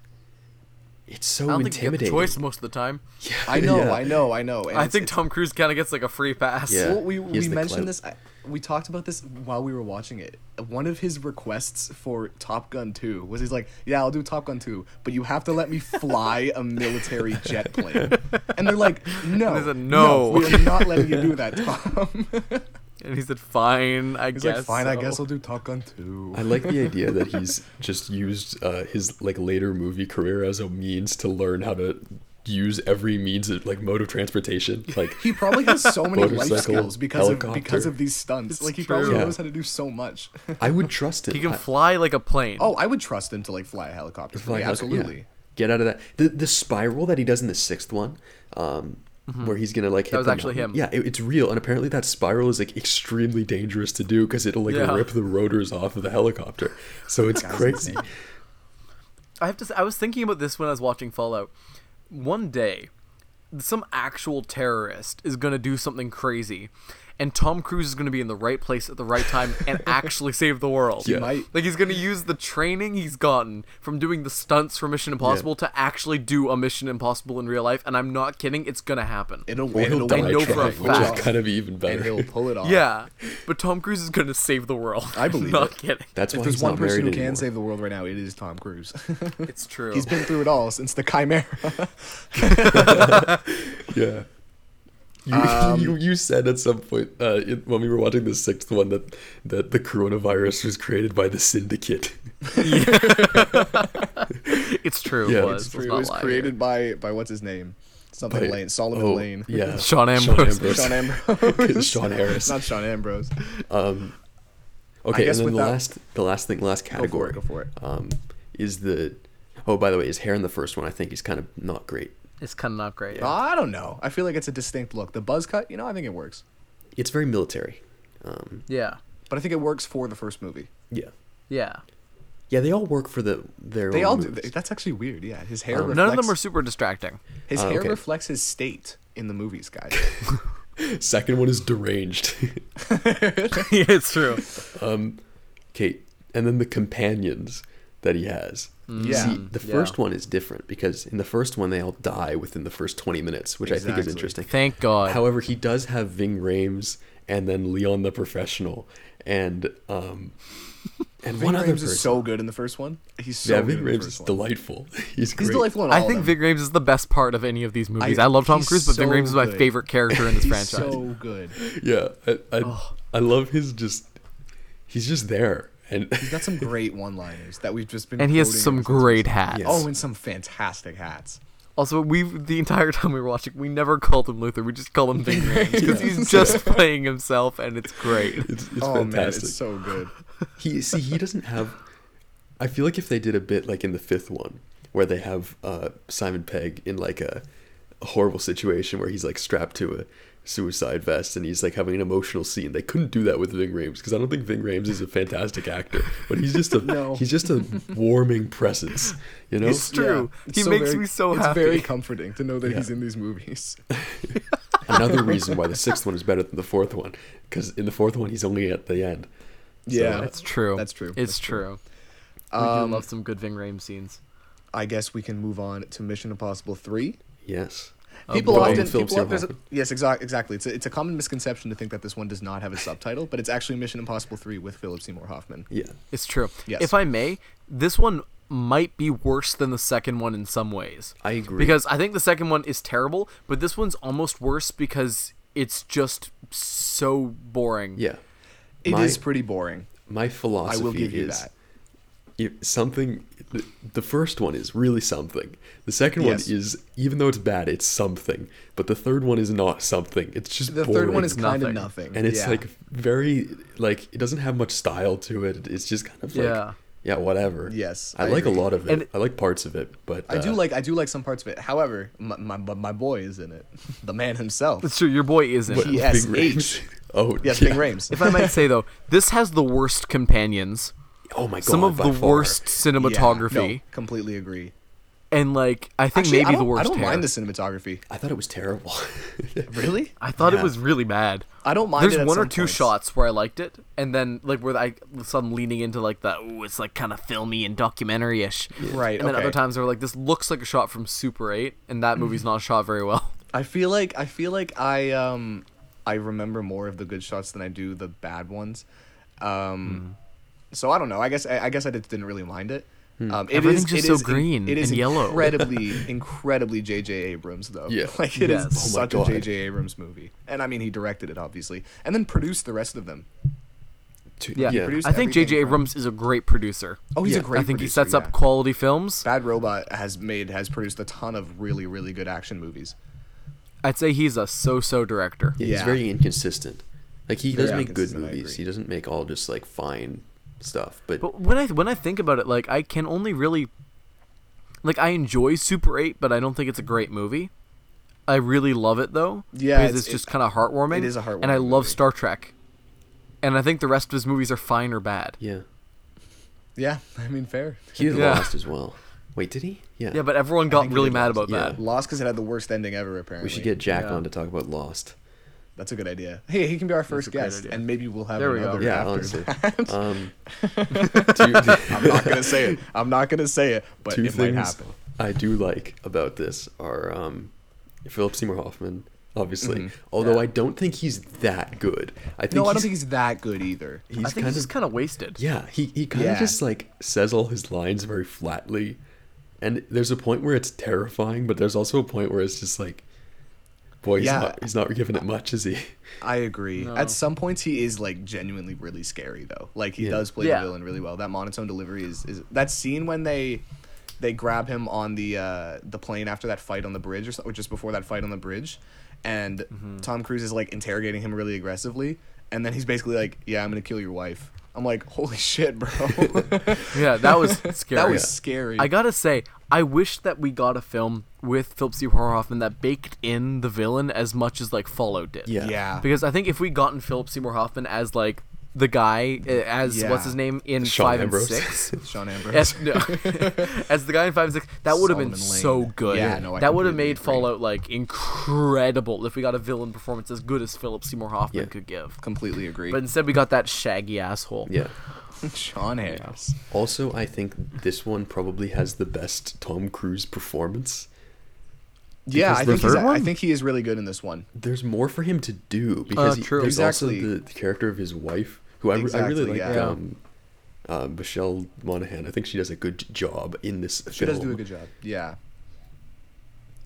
C: it's so
A: I don't think you get the
C: intimidating.
A: choice most of the time.
B: I know,
C: Yeah.
B: I know, I know. And
A: I
B: it's-
A: think Tom Cruise kind of gets like a free pass.
C: Yeah.
B: Well, we,
C: he
B: we
C: has the
B: mentioned
C: clout.
B: this. I, we talked about this while we were watching it. One of his requests for Top Gun 2 was he's like, Yeah, I'll do Top Gun 2, but you have to let me fly a military jet plane. And they're like, No.
A: they said, "No."
B: We're not letting you do that, Tom.
A: And he said, "Fine, I
B: he's
A: guess."
B: like, Fine, I
A: so."
B: guess I'll do Top Gun 2.
C: I like the idea that he's just used uh, his like later movie career as a means to learn how to use every means of like mode of transportation. Like
B: He probably has so many life
C: Motorcycle,
B: skills because of, because
C: helicopter.
B: of these stunts.
A: It's
B: like, he
A: true.
B: probably
A: Yeah.
B: knows how to do so much.
C: I would trust it.
A: He can fly like a plane.
B: oh, I would trust him to, like, fly a helicopter. for me, absolutely.
C: Get out of that. The the spiral that he does in the sixth one, um,
B: Mm-hmm.
C: where he's gonna like hit
A: was
C: the
A: actually
C: mountain.
A: him.
C: Yeah, it- it's real, and apparently that spiral is like extremely dangerous to do because it'll like
A: Yeah.
C: rip the rotors off of the helicopter. So it's crazy.
A: I have to. Say, I was thinking about this when I was watching Fallout. One day, some actual terrorist is gonna do something crazy, and Tom Cruise is gonna be in the right place at the right time and actually save the world.
C: Yeah.
B: might.
A: Like he's gonna use the training he's gotten from doing the stunts for Mission Impossible to actually do a Mission Impossible in real life, and I'm not kidding. It's gonna happen.
B: It'll,
C: Or
B: it'll
C: he'll
A: I
C: die
A: know for a
C: trying, which
A: fact.
C: is kind of even
B: and
C: better.
B: he'll pull it off.
A: yeah, but Tom Cruise is gonna save the world.
B: I believe
A: am not
B: it.
A: kidding.
C: That's why
B: if there's
C: he's
B: one
C: not
B: person who
C: married
B: can
C: anymore.
B: save the world right now, it is Tom Cruise.
A: It's true.
B: He's been through it all since the Chimera.
C: Yeah. You,
B: Um,
C: you you said at some point uh, in, when we were watching the sixth one that that the coronavirus was created by the syndicate.
A: it's true.
C: Yeah,
A: it was.
C: it's
A: Let's
B: it
A: not
B: was
A: lie
B: created by by what's his name, something
C: But-
B: Lane, Solomon
C: oh,
B: Lane.
C: Yeah.
A: Sean Ambrose.
B: Sean Ambrose.
C: Sean Harris.
B: Not Sean Ambrose. I
C: Um, Okay,
B: guess
C: and then the
B: without-
C: last the last thing, last category.
B: Go for it.
C: Um, is the oh by the way, his hair in the first one I think is kind of not great.
A: here. It's kind of not great.
B: I don't know. I feel like it's a distinct look. The buzz cut, you know, I think it works.
C: It's very military. Um,
A: Yeah.
B: But I think it works for the first movie.
C: yeah.
A: Yeah.
C: Yeah, they all work for the their.
B: They
C: own
B: all do.
C: movies.
B: That's actually weird. Yeah, his hair. reflects,
A: None of them are super distracting.
B: His
C: Oh,
B: hair
C: okay.
B: reflects his state in the movies, guys.
C: Second one is deranged.
A: yeah, it's true.
C: Kate, and then the companions that he has.
B: Mm. Yeah.
C: See, the
A: Yeah.
C: first one is different because in the first one they all die within the first 20 minutes, which I think is
B: Exactly.
C: interesting.
A: Thank God.
C: However, he does have Ving Rames and then Leon the Professional and um and one
B: Ving
C: other
B: Rhames
C: person.
B: is so good in the first one. He's so
C: yeah,
B: good
C: Ving
B: in the
C: Rames
B: first
C: is
B: one.
C: delightful. He's great.
B: He's delightful in all
A: I
B: of
A: think
B: them.
A: Vig Rames is the best part of any of these movies.
B: I-
A: I, love Tom
B: he's
A: Cruise, but Ving
B: so
A: Rames is my
B: good.
A: favorite character in this
B: He's
A: franchise.
B: so good.
C: Yeah, I I, I love his just he's just there and
B: He's got some great one-liners that we've just been.
A: And he has
B: quoting
A: some
B: ever since.
A: great hats.
C: Yes.
B: Oh, and some fantastic hats.
A: Also, we the entire time we were watching, we never called him Luther. We just called him Ving Rames because he's just playing himself, and it's great.
C: it's, it's
B: oh
C: fantastic.
B: man, it's so good.
C: He see he doesn't have. I feel like if they did a bit like in the fifth one, where they have uh, Simon Pegg in like a, a horrible situation where he's like strapped to a suicide vest and he's like having an emotional scene. They couldn't do that with Ving Rhames because I don't think Ving Rhames is a fantastic actor, but he's just a
B: No.
C: he's just a warming presence, you know.
A: It's true.
B: it's
A: He makes
B: very-
A: me so
B: it's
A: happy.
B: very comforting to know that he's in these movies.
C: Another reason why the sixth one is better than the fourth one because in the fourth one he's only at the end.
B: yeah,
A: That's true.
B: That's true.
A: It's
B: That's
A: true. Um, we do love some good Ving Rames scenes.
B: I guess we can move on to Mission Impossible Three.
C: Yes.
B: People
C: boy.
B: often,
C: Both films
B: people,
C: have
B: there's a-
C: one.
B: yes, exactly. Exactly. It's a, it's a common misconception to think that this one does not have a subtitle, but it's actually Mission Impossible Three with Philip Seymour Hoffman.
C: Yeah.
A: It's true.
B: Yes.
A: If I may, this one might be worse than the second one in some ways.
C: I agree.
A: Because I think the second one is terrible, but this one's almost worse because it's just so boring.
C: Yeah.
B: It is
C: My-
B: pretty boring.
C: My philosophy
B: I will give you
C: is
B: that.
C: if something the- the first one is really something the second
B: Yes.
C: one is even though it's bad it's something but the third one is not something it's just
B: The
C: boring.
B: third one is kind of
A: Nothing.
B: nothing.
C: and it's
B: Yeah.
C: like very like it doesn't have much style to it it's just kind of like yeah,
A: Yeah.
C: whatever
B: Yes,
C: i,
B: I
C: like a
B: agree.
C: lot of it
A: And-
C: i like parts of it but
B: I do
C: uh,
B: like I do like some parts of it. However, my my, but my boy is in it, the man himself.
A: So your boy is in
C: but
A: it.
B: Yes,
C: Bing Rames- oh
B: Yes,
C: yeah.
B: Bing Rames.
A: If I might say though, this has the worst companions,
C: oh my god
A: some of
C: by
A: the
C: far.
A: worst
B: Yeah,
A: cinematography,
B: no, completely agree.
A: and like I think
B: Actually, I
A: maybe the
B: don't-
A: worst.
B: I don't
A: hair.
B: mind the cinematography.
C: i thought it was terrible
B: Really?
A: I thought
C: Yeah.
A: it was really bad.
B: I don't mind.
A: There's
B: it at
A: one or
B: some
A: two
B: points.
A: shots where I liked it, and then like where I sudden leaning into like that. Oh, it's like kind of filmy and documentary ish.
B: Right,
A: And then other
B: okay.
A: times where like this looks like a shot from Super Eight, and
B: Mm-hmm.
A: that movie's not shot very well.
B: I feel like I feel like I um I remember more of the good shots than I do the bad ones. Um,
A: Hmm.
B: so I don't know. I guess I, I guess I just didn't really mind it. Um, it is-
A: Everything's just
B: it
A: so
B: is in-
A: green
B: it is
A: and yellow.
B: Incredibly, incredibly J.J. Abrams though.
C: Yeah.
B: like it is
A: Yes. Oh
C: my
B: such a
C: God.
B: J.J. Abrams movie, and I mean he directed it obviously, and then produced the rest of them.
C: To-
A: Yeah,
C: yeah.
B: produced
A: I think J.J.
B: everything from-
A: Abrams is a great producer.
B: Oh, he's a
C: Yeah,
B: great.
A: I think he
B: producer,
A: sets
B: yeah.
A: up quality films.
B: Bad Robot has made has produced a ton of really really good action movies.
A: I'd say he's a so-so director.
C: Yeah, he's
B: Yeah.
C: very inconsistent. Like he does
B: Very
C: make good
B: inconsistent, I
C: movies.
B: agree.
C: He doesn't make all just like fine stuff. But,
A: But when I when I think about it, like I can only really like I enjoy Super Eight, but I don't think it's a great movie. I really love it though.
B: Yeah,
A: because
B: it's-
A: it's, just
B: it-
A: kind of heartwarming.
B: it is a
A: and I
B: heartwarming
A: love
B: movie.
A: Star Trek. And I think the rest of his movies are fine or bad.
C: yeah,
B: Yeah, I mean fair.
C: he did
A: Yeah.
C: Lost as well. Wait, did he? Yeah.
A: Yeah, but everyone got
B: think he
A: really
B: did
A: mad about
B: Lost.
C: Yeah.
A: that.
B: Lost because it had the worst ending ever. Apparently,
C: we should get Jack
A: Yeah.
C: on to talk about Lost.
B: That's a good idea. Hey, he can be our first
A: a great
B: guest,
A: idea.
B: and maybe we'll have
A: There we go.
B: another.
A: Or
C: Yeah,
B: after
C: honestly.
B: that.
C: Um, two
B: I'm not gonna say it. I'm not gonna say it, but
C: two
B: it might
C: things
B: happen.
C: I do like about this are um, Philip Seymour Hoffman, obviously.
B: Mm-hmm.
C: Although I don't think he's that good. I think
B: No, I don't
C: he's-
B: think he's that good either.
C: he's
A: I think
C: kind
A: he's
C: of
A: kind of wasted.
C: Yeah, he, he kind of
B: Yeah.
C: just like says all his lines very flatly. And there's a point where it's terrifying, but there's also a point where it's just like, boy, he's,
B: Yeah.
C: not, he's not giving it much, is he?
B: I agree.
A: No.
B: At some points, he is like genuinely really scary though. Like he
C: Yeah.
B: does play
A: Yeah.
B: the villain really well. That monotone delivery is, is that scene when they they grab him on the uh, the plane after that fight on the bridge or, so, or just before that fight on the bridge, and
C: Mm-hmm.
B: Tom Cruise is like interrogating him really aggressively, and then he's basically like, "Yeah, I'm gonna kill your wife." I'm like, "Holy shit, bro!"
A: Yeah, that was scary.
B: that was scary.
A: I gotta say, I wish that we got a film with Philip Seymour Hoffman that baked in the villain as much as like Fallout did.
C: Yeah.
B: yeah.
A: Because I think if we gotten Philip Seymour Hoffman as like the guy uh, as
B: Yeah.
A: what's his name in
C: Sean
A: five
C: Ambrose.
A: and six.
B: Sean Ambrose.
A: As, no, as the guy in five and six, that would have been
B: Solomon Lane.
A: so good.
B: Yeah, no, I
A: that would have
B: completely
A: made
B: agree.
A: Fallout like incredible if we got a villain performance as good as Philip Seymour Hoffman could give.
B: Completely agree.
A: But instead, we got that shaggy asshole.
C: Yeah.
B: Sean Harris.
C: Also, I think this one probably has the best Tom Cruise performance.
B: Yeah, I
C: Because the
B: think he's,
C: third
B: I
C: one?
B: think he is really good in this one.
C: There's more for him to do because he-
A: true.
C: there's also
B: Uh, Exactly.
C: the, the character of his wife, who I, re- I
B: Exactly,
C: really like.
B: yeah.
C: Um, uh, Michelle Monaghan. I think she does a good job in this
B: She
C: film.
B: does do a good job. Yeah.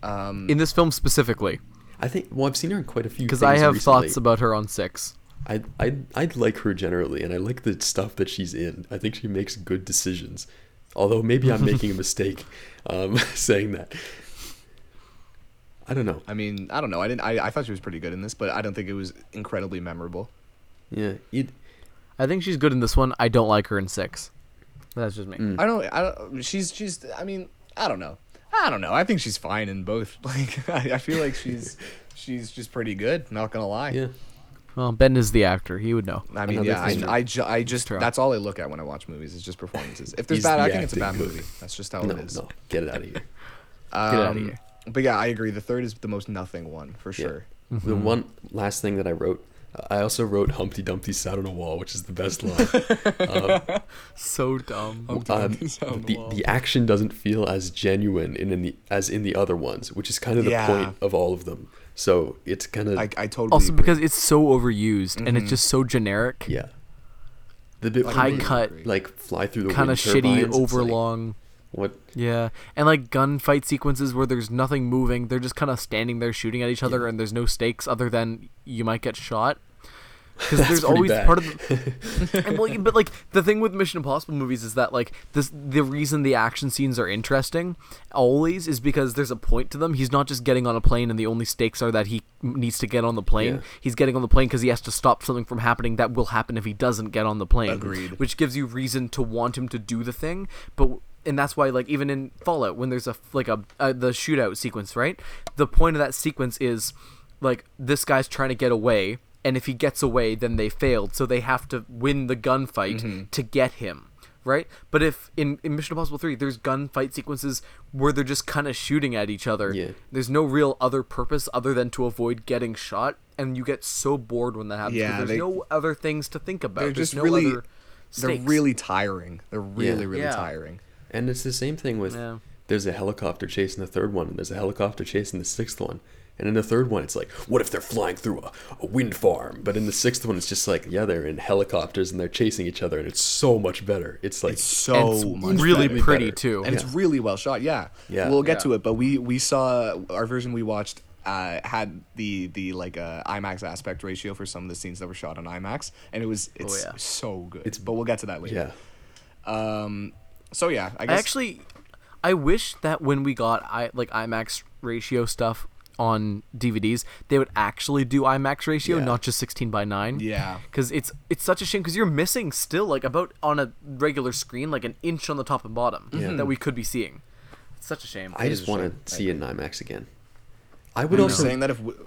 B: Um,
A: In this film specifically,
C: I think. Well, I've seen her in quite a few.
A: because I
C: things
A: have
C: recently.
A: thoughts about her on six.
C: I I I like her generally, and I like the stuff that she's in. I think she makes good decisions, although maybe I'm making a mistake um, saying that. I don't know.
B: I mean, I don't know. I didn't. I, I thought she was pretty good in this, but I don't think it was incredibly memorable.
C: Yeah, it,
A: I think she's good in this one. I don't like her in six. That's just me.
B: I don't. I don't. She's. She's. I mean, I don't know. I don't know. I think she's fine in both. Like, I, I feel like she's. She's just pretty good. Not gonna lie.
C: yeah.
A: Well, Ben is the actor. He would know.
B: I mean,
C: Another
B: yeah. I,
C: thing-
B: I, ju- I just.
A: True.
B: That's all I look at when I watch movies. is just performances. If there's
C: Is
B: bad
C: the
B: acting, it's a bad
C: acting good?
B: movie. That's just how
C: No,
B: Oh, it is.
C: no, get it out of here.
A: Get out of
B: Um,
A: here.
B: But yeah, I agree. The third is the most nothing one for
C: Yeah.
B: sure.
C: The one last thing that I wrote, I also wrote Humpty Dumpty sat on a wall, which is the best line.
A: So dumb.
C: um, the, the action doesn't feel as genuine in, in the as in the other ones, which is kind of the
B: Yeah.
C: point of all of them. So it's kind of
B: I, I totally.
A: also,
B: agree.
A: because it's so overused and it's just so generic.
C: Mm-hmm. yeah. The bit where
A: High
C: they,
A: cut,
C: like fly through the
A: kind of
C: wind
A: shitty,
C: turbines, it's like,
A: overlong.
C: what?
A: Yeah, and like gunfight sequences where there's nothing moving, they're just kind of standing there shooting at each other, and there's no stakes other than you might get shot. because
C: That's
A: there's
C: pretty
A: always
C: bad.
A: part of the and well, you- but like the thing with Mission Impossible movies is that like this the reason the action scenes are interesting always is because there's a point to them. He's not just getting on a plane and the only stakes are that he needs to get on the plane.
C: Yeah.
A: He's getting on the plane because he has to stop something from happening that will happen if he doesn't get on the plane.
B: Agreed.
A: Which gives you reason to want him to do the thing, but and that's why like even in Fallout when there's a like a uh, the shootout sequence, right? The point of that sequence is like this guy's trying to get away and if he gets away then they failed so they have to win the gunfight
B: Mm-hmm.
A: to get him right but if in, in mission impossible 3 there's gunfight sequences where they're just kind of shooting at each other
C: Yeah.
A: there's no real other purpose other than to avoid getting shot and you get so bored when that happens 'cause
B: Yeah,
A: there's
B: they-
A: no other things to think about
B: They're
A: there's
B: just
A: no
B: really
A: other
B: they're
A: stakes.
B: really tiring. They're really really
A: Yeah.
B: tiring.
C: And it's the same thing with
A: Yeah.
C: there's a helicopter chase in the third one, and there's a helicopter chase in the sixth one. And in the third one, it's like, what if they're flying through a, a wind farm? But in the sixth one, it's just like, yeah, they're in helicopters and they're chasing each other, and it's so much better. It's like,
B: It's
A: And
B: so
A: it's
B: much
A: really
B: better.
A: pretty
C: better.
A: too
B: and it's really well shot. Yeah,
C: Yeah.
B: We'll get
A: Yeah.
B: to it, but we we saw our version we watched uh, had the the like uh, IMAX aspect ratio for some of the scenes that were shot on IMAX, and it was it's
A: Oh, yeah.
B: so good. It's but we'll get to that later.
C: yeah,
B: Um. So yeah, I
A: I
B: guess
A: actually, I wish that when we got I like IMAX ratio stuff on DVDs, they would actually do IMAX ratio,
C: Yeah.
A: not just sixteen by nine.
B: Yeah.
A: because it's it's such a shame because you're missing still like about on a regular screen like an inch on the top and bottom that we could be seeing. It's such a shame.
C: I just want to see it in IMAX again. I would
B: we were
C: also
B: saying that if w-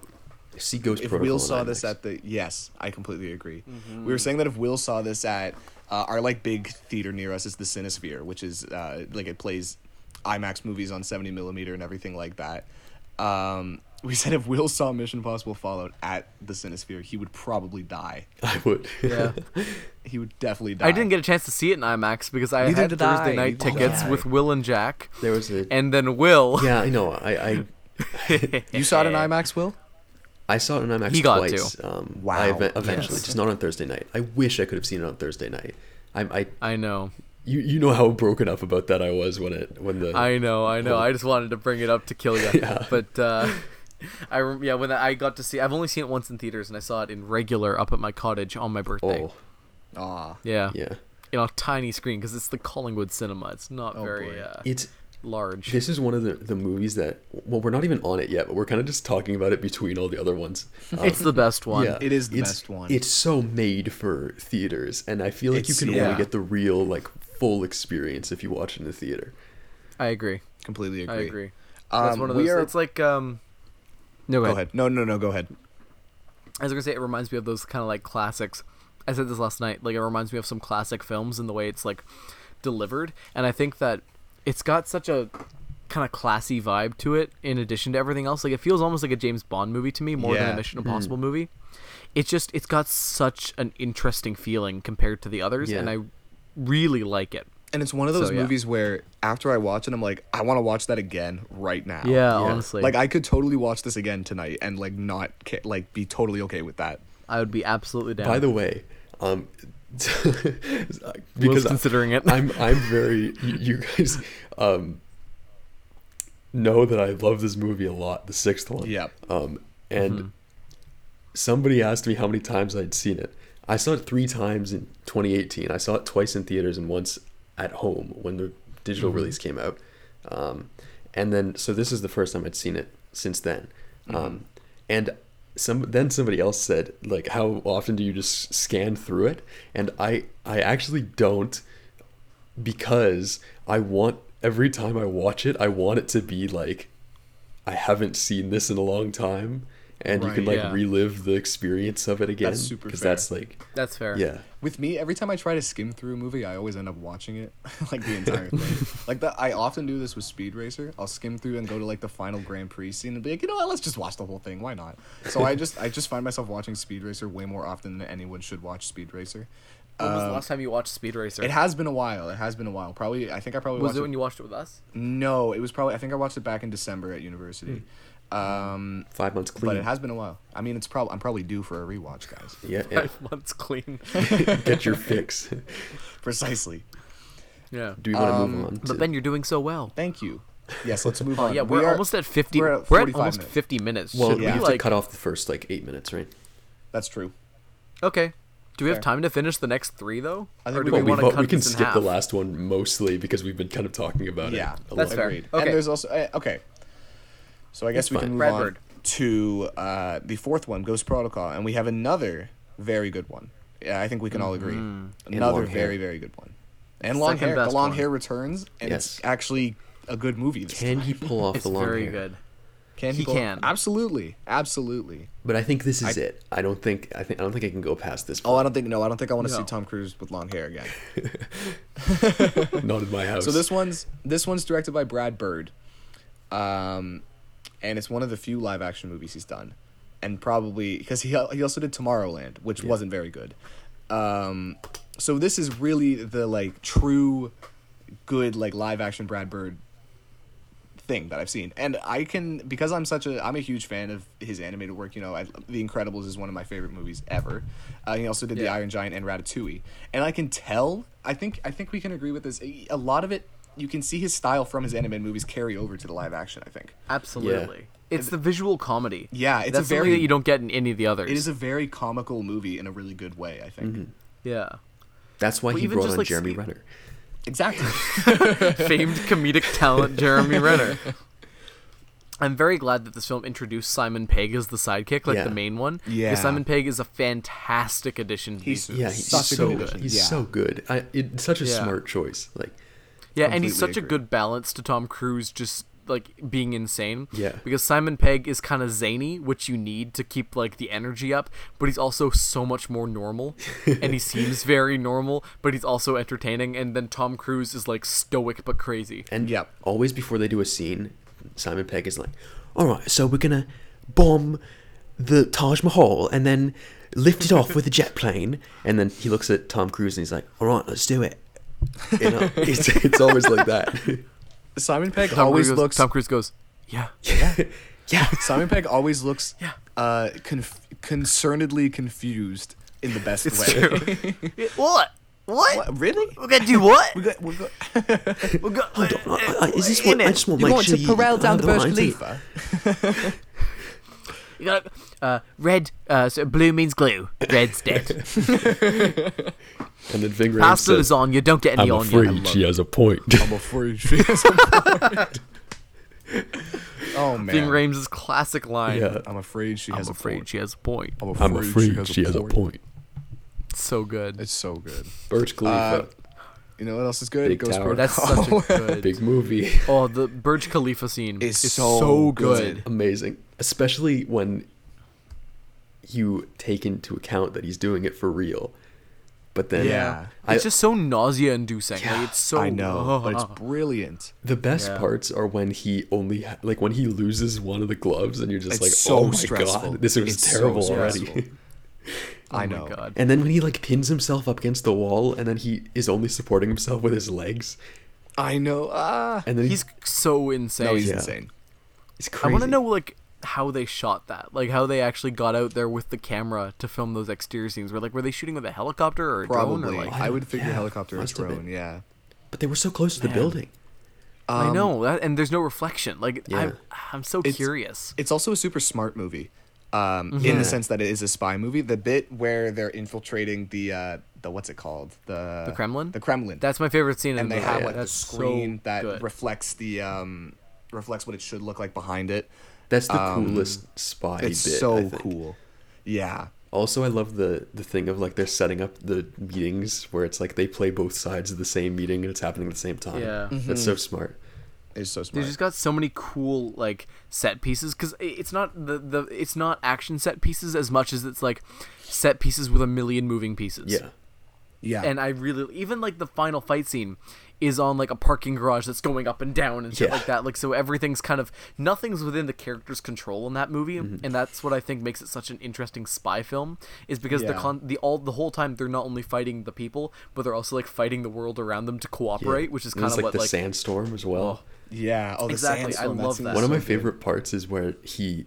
C: see Ghost
B: if
C: Protocol.
B: Will
C: in
B: saw this
C: IMAX.
B: at the yes, I completely agree.
A: Mm-hmm.
B: We were saying that if Will saw this at uh, our like big theater near us is the Cinesphere, which is uh, like it plays IMAX movies on seventy millimeter and everything like that. Um, we said if Will saw Mission Impossible Fallout at the Cinesphere, he would probably die.
C: I would.
A: Yeah.
B: He would definitely die.
A: I didn't get a chance to see it in IMAX because I
B: Neither
A: had
B: did
A: Thursday
B: I.
A: night
B: Neither did
A: tickets
C: I.
A: with Will and Jack,
C: there was a.
A: and then Will.
C: yeah, I know. I, I
B: You saw it in IMAX, Will?
C: I saw it on IMAX
A: He got
C: twice. Um,
B: Wow.
C: I ev- eventually,
A: Yes.
C: just not on Thursday night. I wish I could have seen it on Thursday night. I, I
A: I know.
C: you, you know how broken up about that I was when it when the
A: I know, I know. I just wanted to bring it up to kill you.
C: Yeah.
A: But uh, I rem- yeah, when I got to see, I've only seen it once in theaters, and I saw it in regular up at my cottage on my birthday.
C: oh
B: Ah.
A: Yeah.
C: yeah.
A: In a tiny screen because it's the Collingwood Cinema. It's not very
B: boy.
A: uh,
C: It's
A: large.
C: this is one of the, the movies that well we're not even on it yet, but we're kind of just talking about it between all the other ones. Um,
A: it's the best one.
C: yeah,
B: It is the
C: it's-
B: best one.
C: It's so made for theaters, and I feel like
B: It's-
C: you can
A: yeah.
C: only get the real like full experience if you watch it in the theater.
A: I agree.
B: Completely agree.
A: I agree. That's
B: Um,
A: one of
B: we
A: those.
B: are-
A: It's like um. No,
B: Go ahead. No, no, no. Go ahead.
A: I was gonna say it reminds me of those kind of like classics. I said this last night. Like it reminds me of some classic films in the way it's like delivered, and I think that it's got such a kind of classy vibe to it. In addition to everything else, like it feels almost like a James Bond movie to me more than
B: Yeah.
A: a
C: Mm-hmm.
A: Mission Impossible movie. It's just it's got such an interesting feeling compared to the others,
C: Yeah.
A: and I really like it.
B: And it's one of those
A: So, yeah.
B: movies where after I watch it, I'm like, I want to watch that again right now.
A: Yeah, honestly,
B: Like I could totally watch this again tonight and like not ca- like be totally okay with that.
A: I would be absolutely down.
C: By the way, um, because
A: Will's considering it.
C: I'm I'm very you you guys um know that I love this movie a lot, the sixth one.
B: Yep.
C: Um, and somebody asked me how many times I'd seen it. I saw it three times in 2018. I saw it twice in theaters and once at home when the digital release came out. Um, and then so this is the first time I'd seen it since then. Um, and some then somebody else said like how often do you just scan through it? And I I actually don't because I want every time I watch it, I want it to be like I haven't seen this in a long time, and you can
B: Right,
C: like
A: yeah.
C: relive the experience of it again.
B: super
C: because
B: fair.
C: that's like
A: That's fair.
C: yeah,
B: With me, every time I try to skim through a movie, I always end up watching it like the entire thing. like that, I often do this with Speed Racer. I'll skim through and go to like the final Grand Prix scene and be like, you know what? Let's just watch the whole thing. Why not? So I just I just find myself watching Speed Racer way more often than anyone should watch Speed Racer.
A: When
C: uh,
A: was the last time you watched Speed Racer?
B: It has been a while. It has been a while. Probably I think I probably
A: was
B: watched
A: it when you watched it with us?
B: No, it was probably. I think I watched it back in December at university.
A: Hmm.
B: Um,
C: five months
B: but
C: clean.
B: it has been a while. I mean, it's probably I'm probably due for a rewatch, guys.
C: yeah, yeah.
A: Five months clean.
C: get your fix.
B: Precisely.
A: yeah.
C: Do we want to move on? To,
A: But Ben, you're doing so well.
B: Thank you. Yes, let's move on.
A: Oh, Yeah,
B: We
A: we're
B: are-
A: almost at 50.
B: we're
A: We're
B: at
A: at,
B: 45
A: almost
B: minutes.
A: 50 minutes.
C: well,
A: Should
C: we
B: yeah.
A: we
C: have
A: like
C: to cut off the first like eight minutes, right?
B: That's true.
A: Okay. Do we have
B: Fair.
A: time to finish the next three though?
B: I think
A: or do we,
B: we can-
A: want
C: Well,
A: to
C: we
A: cut
C: can
A: this in
C: skip
A: half?
C: the last one mostly because we've been kind of talking about
B: Yeah,
C: it. a
A: That's
C: lot.
A: fair.
B: Agreed.
A: Okay.
B: And there's also eh, okay. So I guess we
C: fine.
B: can move
A: Redbird.
B: on to uh, the fourth one, Ghost Protocol, and we have another very good one. Yeah, I think we can all agree.
A: Mm-hmm.
B: Another
C: long hair.
B: very very good one, and long
A: Second
B: hair. The
A: best
B: long
A: one.
B: hair returns, and
C: Yes.
B: it's actually a good movie. This
C: Can
B: time.
C: he pull off
A: It's
C: the long
A: very
C: hair?
A: good.
B: Can
A: he
B: pull-
A: can.
B: absolutely, absolutely.
C: But I think this is it. I don't think I think I don't think I can go past this.
B: Oh, I don't think no, I don't think I want to see
A: No.
B: Tom Cruise with long hair again.
C: Not in my house.
B: So this one's this one's directed by Brad Bird, um, and it's one of the few live action movies he's done, and probably because he al- he also did Tomorrowland, which wasn't very good. Um, so this is really the like true, good like live action Brad Bird thing that I've seen, and I can because I'm such a I'm a huge fan of his animated work. You know, I, The Incredibles is one of my favorite movies ever. Uh, he also did The
A: Yeah.
B: Iron Giant and Ratatouille, and I can tell. I think I think we can agree with this. eh, A, a lot of it, you can see his style from his animated movies carry over to the live action. I think
A: Absolutely. It's the visual comedy.
B: Yeah, it's
A: That's
B: a
A: something
B: very-
A: that you don't get in any of the others.
B: it is a very comical movie in a really good way. I think
C: Mm-hmm.
A: yeah.
C: That's why
A: Well,
C: he
A: even
C: brought
A: just,
C: on
A: like,
C: Jeremy
A: see-
C: Renner.
B: exactly.
A: famed comedic talent Jeremy Renner. I'm very glad that this film introduced Simon Pegg as the sidekick, like
C: Yeah.
A: the main one. 'cause
B: Yeah.
A: Simon Pegg is a fantastic addition to
B: He's-
A: these.
C: Yeah,
A: movies.
C: he's
B: Such a
C: so
B: good
C: good.
B: addition.
C: He's
B: Yeah.
C: so good. I, it, such a
A: Yeah.
C: smart choice. Like,
A: Yeah, and he's such
C: completely
A: a
C: agree.
A: good balance to Tom Cruise just like being insane.
C: Yeah.
A: Because Simon Pegg is kind of zany, which you need to keep like the energy up, but he's also so much more normal, and he seems very normal, but he's also entertaining. And then Tom Cruise is like stoic but crazy.
C: and
B: Yep.
C: always before they do a scene, Simon Pegg is like, "All right, so we're gonna bomb the Taj Mahal and then lift it off with a jet plane." And then he looks at Tom Cruise and he's like, "All right, let's do it." You know, it's, it's always like that.
B: Simon Pegg
A: Tom
B: always
A: Cruise goes-
B: looks
A: Tom Cruise goes, yeah.
C: yeah,
B: Simon Pegg always looks
A: Yeah.
B: uh, conf- concernedly confused in the best
A: It's
B: way.
A: true. what? What?
B: What, really?
A: We're gonna do what?
B: We got, we got,
A: We're gonna,
C: I- I- is this what I just want
B: you're
C: make
B: going
C: sure
B: to
C: you-
B: Perel down
C: I
B: the
C: don't
B: Burj
C: want to-
B: Khalifa.
A: You gotta, uh, red, uh, so blue means glue. Red's dead.
C: And then Ving Rhames
A: Pasta
C: says,
A: lasagna, don't get any on you.
B: she
C: has a point.
B: I'm a free shit. oh man.
A: Ving Rhames' classic line.
C: yeah,
B: I'm afraid she
A: I'm
B: has
A: afraid
B: a
A: she has a point.
B: point. Oh.
A: It's so good.
B: It's so good.
C: Burj Khalifa,
B: You know what else is good?
C: Big
B: Ghost
C: Tower.
A: That's
B: Protocol.
A: such a good.
C: big movie.
A: Oh, the Burj Khalifa scene
B: Oh, It's
A: is
B: so
A: so,
B: good.
A: good.
C: amazing especially when you take into account that he's doing it for real but then
B: Yeah.
C: I,
A: It's just so nausea-inducing.
C: Yeah,
A: like, it's so. Oh
B: I know, but it's brilliant.
C: the best
A: Yeah.
C: parts are when he only ha- like when he loses one of the gloves and you're just
B: It's
C: like
B: so
C: oh my
B: stressful.
C: god this was
B: It's so
C: terrible already
B: stressful.
A: oh
B: I
A: my
B: know.
A: God.
C: and then when he like pins himself up against the wall and then he is only supporting himself with his legs
B: I know. Ah.
C: and then
A: He's
C: he's,
A: so insane.
B: no, he's
C: Yeah.
B: insane.
C: it's
A: I
C: crazy
A: want to know like how they shot that, like how they actually got out there with the camera to film those exterior scenes. Were like were they shooting with a helicopter or a
B: Probably.
A: drone or like?
B: I would figure
C: Yeah,
B: helicopter or
C: must have
B: drone.
C: been.
B: Yeah.
C: but they were so close to the building
A: I know that, and there's no reflection. Like
C: Yeah.
A: I'm, I'm so curious.
B: Um, it's also a super smart movie um,
A: Mm-hmm.
B: in
C: Yeah.
B: the sense that it is a spy movie the bit where they're infiltrating the uh, the what's it called the
A: The Kremlin?
B: the kremlin
A: That's my favorite scene. in
B: and
A: the
B: they
A: movie.
B: have like
A: That's
B: the
A: so
B: screen that
A: good.
B: reflects the um, reflects what it should look like behind it
C: that's the coolest spy
B: Um, it's
C: bit, I
B: so
C: think.
B: cool yeah
C: Also, I love the the thing of like they're setting up the meetings where it's like they play both sides of the same meeting and it's happening at the same time.
A: Yeah.
B: Mm-hmm.
C: that's so smart.
B: it's so smart
A: They've just got so many cool like set pieces because it's not the, the it's not action set pieces as much as it's like set pieces with a million moving pieces.
C: Yeah,
B: yeah
A: and I really even like the final fight scene is on like a parking garage that's going up and down and shit
C: Yeah.
A: like that. Like so everything's kind of nothing's within the character's control in that movie,
C: Mm-hmm.
A: and that's what I think makes it such an interesting spy film is because the
B: Yeah.
A: con the all the whole time they're not only fighting the people, but they're also like fighting the world around them to cooperate, which is
C: And
A: kind
C: it's
A: of
C: like
A: what
C: the
A: like
C: sandstorm as well.
B: yeah oh the
A: Exactly, I
B: sandstorm,
A: love
B: scene
A: that.
B: was
C: One of
B: so
C: my
B: good.
C: favorite parts is where he